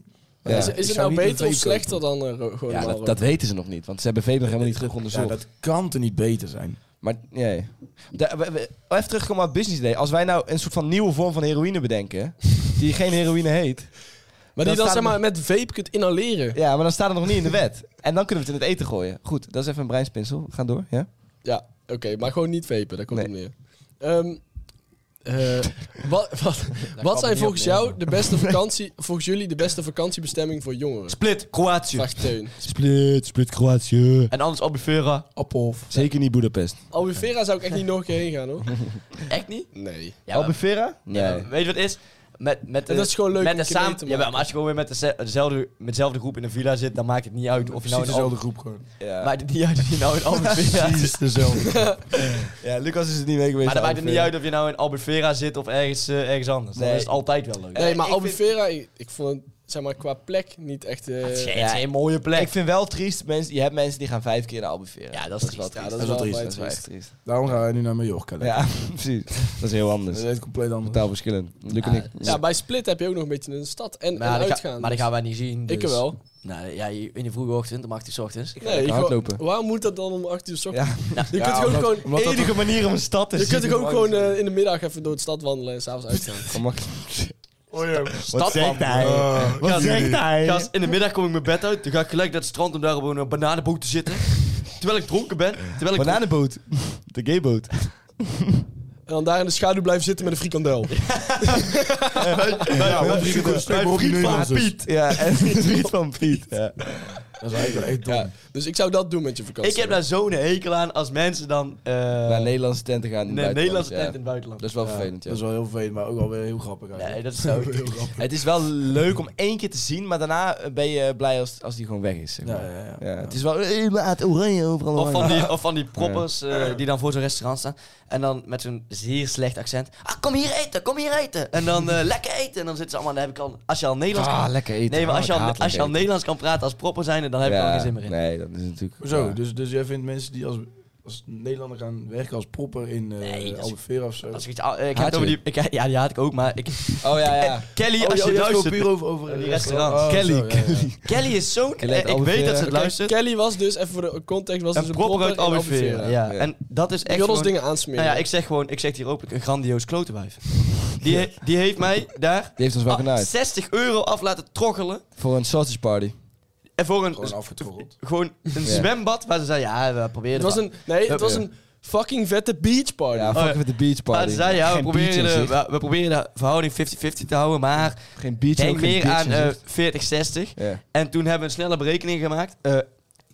S2: Ja.
S3: is
S5: ik
S3: is het
S5: zou
S3: nou
S5: niet een
S3: beter of
S5: vape kopen.
S3: slechter dan eh, ro- gewoon
S2: Ja,
S3: normaal
S2: dat, dat weten ze nog niet, want ze hebben vape nog helemaal niet terug
S5: Ja,
S2: onderzocht.
S5: dat kan er niet beter zijn.
S2: Maar nee. Da- we- we- even terugkomen op het business idee. Als wij nou een soort van nieuwe vorm van heroïne bedenken, die geen heroïne heet,
S3: Maar die
S2: Dat
S3: dan
S2: staat
S3: zeg maar met vape kunt inhaleren.
S2: ja, maar dan staat het nog niet in de wet. En dan kunnen we het in het eten gooien. Goed, dat is even een breinspinsel. We gaan door, ja?
S3: Ja, oké, maar gewoon niet vapen, daar komt
S2: Nee.
S3: het op neer. Ehm, eh, wat wat, wat zijn
S4: niet
S3: volgens
S4: op neer,
S3: jou de beste vakantie, volgens jullie de beste vakantiebestemming voor jongeren?
S4: Split, Kroatië.
S3: Vraagt Teun.
S2: Split, split Kroatië.
S4: En anders Albufeira.
S3: Appelhof.
S2: Zeker niet Budapest.
S3: Albufeira zou ik echt niet nog een keer heen gaan hoor.
S4: Echt niet?
S3: Nee.
S4: Ja, maar-
S2: Albufeira? Nee.
S4: Weet je wat het is? Met, met de,
S3: En dat is gewoon leuk
S4: met
S3: om
S4: de
S3: een keer mee
S4: samen,
S3: te
S4: ja,
S3: maken.
S4: maar als je gewoon weer met, deze- dezelfde, met dezelfde groep in een villa zit, dan maakt het niet uit of je
S5: Precies
S4: nou in
S5: dezelfde
S4: Al- [laughs]
S5: groep gewoon.
S2: Ja.
S4: maakt het niet uit of je nou in Albufeira zit.
S5: Precies
S4: [laughs]
S5: dezelfde.
S2: ja, Lucas is het niet mee geweest.
S4: Maar dan maakt het niet
S2: Albufeira.
S4: uit of je nou in Albufeira zit of ergens, eh, ergens anders. Dan
S2: Nee.
S4: is het altijd wel leuk.
S3: Nee, maar
S2: ik vind-
S3: Albufeira, ik, ik vond het zeg maar, qua plek niet echt... eh,
S4: Het is, het is een mooie plek.
S2: Ik vind wel triest, mensen, je hebt mensen die gaan vijf keer naar Albufeira.
S4: Ja, dat is triest.
S2: wel
S4: Ja,
S3: dat is wel
S2: triest.
S3: triest.
S2: Dat is wel echt triest.
S5: Daarom gaan wij nu naar Mallorca. lekker.
S2: Ja, [laughs] precies. Dat is heel
S5: Dat
S2: anders.
S5: is compleet anders.
S2: Totaal verschillend. Luc en
S4: Ja,
S2: ik.
S3: ja, bij Split heb je ook nog een beetje een stad en,
S4: Maar,
S3: en
S4: die, ga-
S3: uitgaan. dus
S4: maar die gaan wij niet zien.
S3: Ik
S4: dus-
S3: wel.
S4: Nou, ja, in de vroege ochtend, om 8 uur 's ochtends.
S3: Nee,
S2: lekker
S3: gewoon-
S2: hardlopen.
S3: Waarom moet dat dan om 8 uur 's ochtends?
S2: Ja.
S4: Nou,
S3: Je
S5: Ja,
S3: kunt gewoon,
S5: omdat-
S3: gewoon
S5: omdat dat-
S2: Enige manier om een stad te
S3: Je
S2: zien.
S3: kunt toch ook gewoon eh, in de middag even door de stad wandelen en s'avonds uitgaan.
S2: Wat zegt hij?
S5: Eh,
S2: Wat zegt hij?
S4: Oh. Gast, in de middag kom ik mijn bed uit. Dan ga ik gelijk naar het strand om daar op een bananenboot te zitten. [laughs] Terwijl ik dronken ben. Terwijl ik [laughs]
S2: Bananenboot. [laughs] De gayboot.
S3: En dan daar in de schaduw blijven zitten met een frikandel.
S5: Ja, wat is een stuk
S2: Mijn
S5: op die
S2: vriend van
S5: Nederlanders.
S2: Piet. [laughs] Ja, en [laughs] de vriend van Piet. Ja.
S5: Dat is eigenlijk echt dom.
S3: Ja. Dus ik zou dat doen met je
S5: dus.
S3: vakantie.
S4: Ik heb nou daar zo'n hekel aan als mensen dan... eh
S2: Naar Nederlandse tenten gaan. in
S4: Nee,
S2: het
S4: Nederlandse
S2: buitenland,
S4: tent in
S2: ja.
S4: het buitenland.
S2: Dat is wel vervelend, ja.
S5: Dat is wel heel vervelend, maar ook wel weer heel grappig.
S4: Nee,
S5: eigenlijk.
S4: dat is zo.
S5: [laughs] heel grappig.
S2: Het is wel leuk om één keer te zien, maar daarna eh, ben je blij als, als die gewoon weg is. zeg maar.
S5: Ja, ja, ja.
S2: Ja, het is wel eh, laat oranje overal.
S4: Of van
S2: oranje.
S4: die, of van die proppers eh, die dan voor zo'n restaurant staan. En dan met zo'n zeer slecht accent. Ah, kom hier eten, kom hier eten. En dan eh, lekker eten. En dan zitten ze allemaal. Dan heb ik al, als je al Nederlands
S2: Ah,
S4: kan.
S2: lekker eten.
S4: Nee, maar als je,
S2: Ah, ik
S4: al,
S2: haat
S4: als je al
S2: lekker
S4: Nederlands kan praten als propper zijn, dan heb ik er
S2: eten.
S4: al
S2: Ja,
S4: geen zin meer in.
S2: Nee, dat is natuurlijk...
S5: Zo,
S2: ja.
S5: dus, dus jij vindt mensen die als, als Nederlander gaan werken als propper in eh
S4: Nee, dat is-
S5: Albufeira of zo.
S4: Als ik, iets- ah, eh, ik
S2: Haat
S4: heb het over
S2: je?
S4: die, ik, ja, die haat ik ook, maar ik,
S2: Oh ja, [laughs] ja.
S4: [laughs] Kelly,
S5: Oh,
S4: als
S5: joh,
S4: je
S5: jij hebt
S4: luistert...
S5: gewoon puur over, over
S4: die
S5: eh,
S4: restaurants.
S5: oh,
S2: Kelly,
S5: zo, ja, ja.
S4: [laughs] Kelly is zo'n...
S2: Kelly uit
S4: eh, Ik weet
S2: Albufeira.
S4: dat ze het luistert.
S3: Kelly was dus, even voor de context, was dus
S4: Een
S3: een
S4: propper uit
S3: in
S4: Albufeira.
S3: Albufeira.
S4: Ja.
S2: Ja.
S4: En dat is
S3: Die
S4: echt
S3: wil ons
S4: gewoon-
S3: dingen aansmeren.
S4: Nou ja, ik zeg gewoon, ik zeg het hier openlijk, een grandioos klotenwijf. Die, he- die heeft mij daar
S2: Die heeft ons wel
S4: ah,
S2: genaaid.
S4: 60 euro af laten troggelen.
S2: Voor een sausage party.
S4: En voor een,
S5: Gewoon afgetroggeld.
S4: gewoon een
S2: Ja.
S4: zwembad waar ze zei, ja, we proberen
S3: het was
S4: wel.
S3: een, nee, het was
S2: Ja.
S3: een fucking vette beach party.
S2: Ja,
S4: Oh,
S2: fuck
S4: ja.
S2: with the beach party.
S4: Maar ze zei, ja, we
S2: Geen
S4: proberen,
S2: beach in
S4: de,
S2: zicht.
S4: we, we proberen de verhouding 50-50 te houden, maar
S2: Geen beach,
S4: denk
S2: ook geen
S4: meer
S2: beach
S4: aan
S2: in
S4: eh,
S2: zicht.
S4: 40-60.
S2: Ja.
S4: En toen hebben we een snelle berekening gemaakt. Eh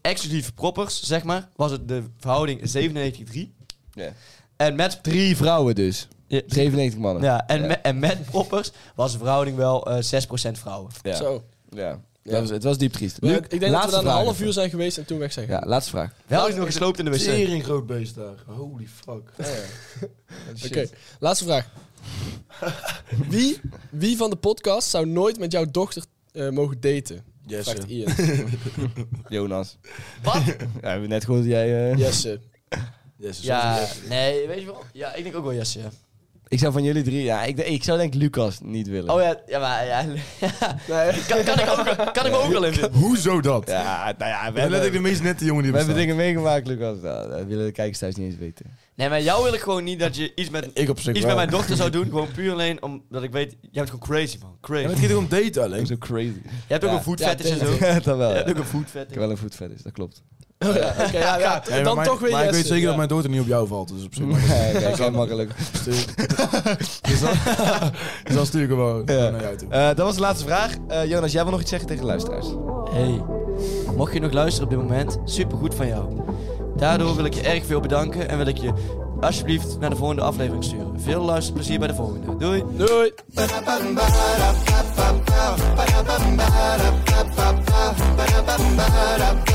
S4: exclusief proppers, zeg maar, was het de verhouding 97-3.
S2: Ja.
S4: En met...
S2: Drie vrouwen dus.
S4: Ja,
S2: 97 mannen.
S4: ja, en,
S2: Ja.
S4: me- en met proppers was de verhouding wel eh 6% vrouwen.
S2: Ja.
S3: Zo.
S2: Ja. Dat was, het was diep triest.
S3: Maar
S2: Luc,
S3: ik denk dat we
S2: laatste
S3: daar een
S2: vraag
S3: half uur
S2: even.
S3: zijn geweest en toen weg zijn.
S2: Ja, laatste vraag.
S4: Wel is nog gesloopt in de wc.
S5: Tering groot beest daar. Holy fuck.
S3: Oké, laatste vraag. wie, wie van de podcast zou nooit met jouw dochter eh, mogen daten?
S5: Yes.
S3: Vraagt Ian.
S2: Jonas.
S4: Wat?
S2: Ja, we hebben net gehoord dat jij... [laughs] eh,
S3: Jesse.
S5: Yes,
S4: Ja, nee, weet je wel? Ja, ik denk ook wel Jesse. ja.
S2: Ik zou van jullie drie... Ja, ik, ik zou denk ik Lucas niet willen.
S4: Oh ja, ja maar ja.
S3: Nee.
S4: [laughs] Kan, kan ik, ook, kan ik me ook wel in
S5: [laughs]
S4: vinden.
S5: Hoezo dat?
S2: Ja, nou ja, we
S5: Dat
S2: hebben,
S5: is ik de meest nette jongen die
S2: we hebben
S5: bestaat.
S2: dingen meegemaakt, Lucas. Nou, dat willen de kijkers thuis niet eens weten.
S4: Nee, maar jou wil ik gewoon niet dat je iets met,
S5: Ik op zich
S4: iets
S5: wel.
S4: met mijn dochter zou doen. Gewoon puur alleen omdat ik weet, jij bent gewoon crazy man.
S5: Ja,
S4: Crazy.
S5: maar het gaat hier om daten alleen.
S2: zo crazy.
S4: Je hebt ook een
S3: ja,
S4: voetvet en zo.
S3: tegen-
S4: Je
S2: dat wel, [laughs] ja.
S4: hebt ook
S2: Ik
S4: een voetvet.
S2: heb wel een voetvet, is, dat klopt. [laughs]
S3: Oh ja, Oké, ja, ja,
S5: Nee, maar
S3: dan
S5: mijn-
S3: toch weer
S5: Maar ik weet
S3: Jesse,
S5: zeker
S3: ja.
S5: dat mijn dochter niet op jou valt. Dus op zich.
S2: Nee, nee, geen makkelijk.
S5: [laughs] Dus dan- dus dan stuur ik hem wel
S2: Ja.
S5: naar jou toe.
S2: Eh, dat was de laatste vraag. Eh, Jonas, jij wil nog iets zeggen tegen de luisteraars?
S4: Hey, mocht je nog luisteren op dit moment, supergoed van jou. Daardoor wil ik je erg veel bedanken en wil ik je alsjeblieft naar de volgende aflevering sturen. Veel luisterplezier bij de volgende. Doei!
S3: Doei.
S8: Ba-da-bum-ba-da, ba-da-bum-ba-da, ba-da-bum-ba-da,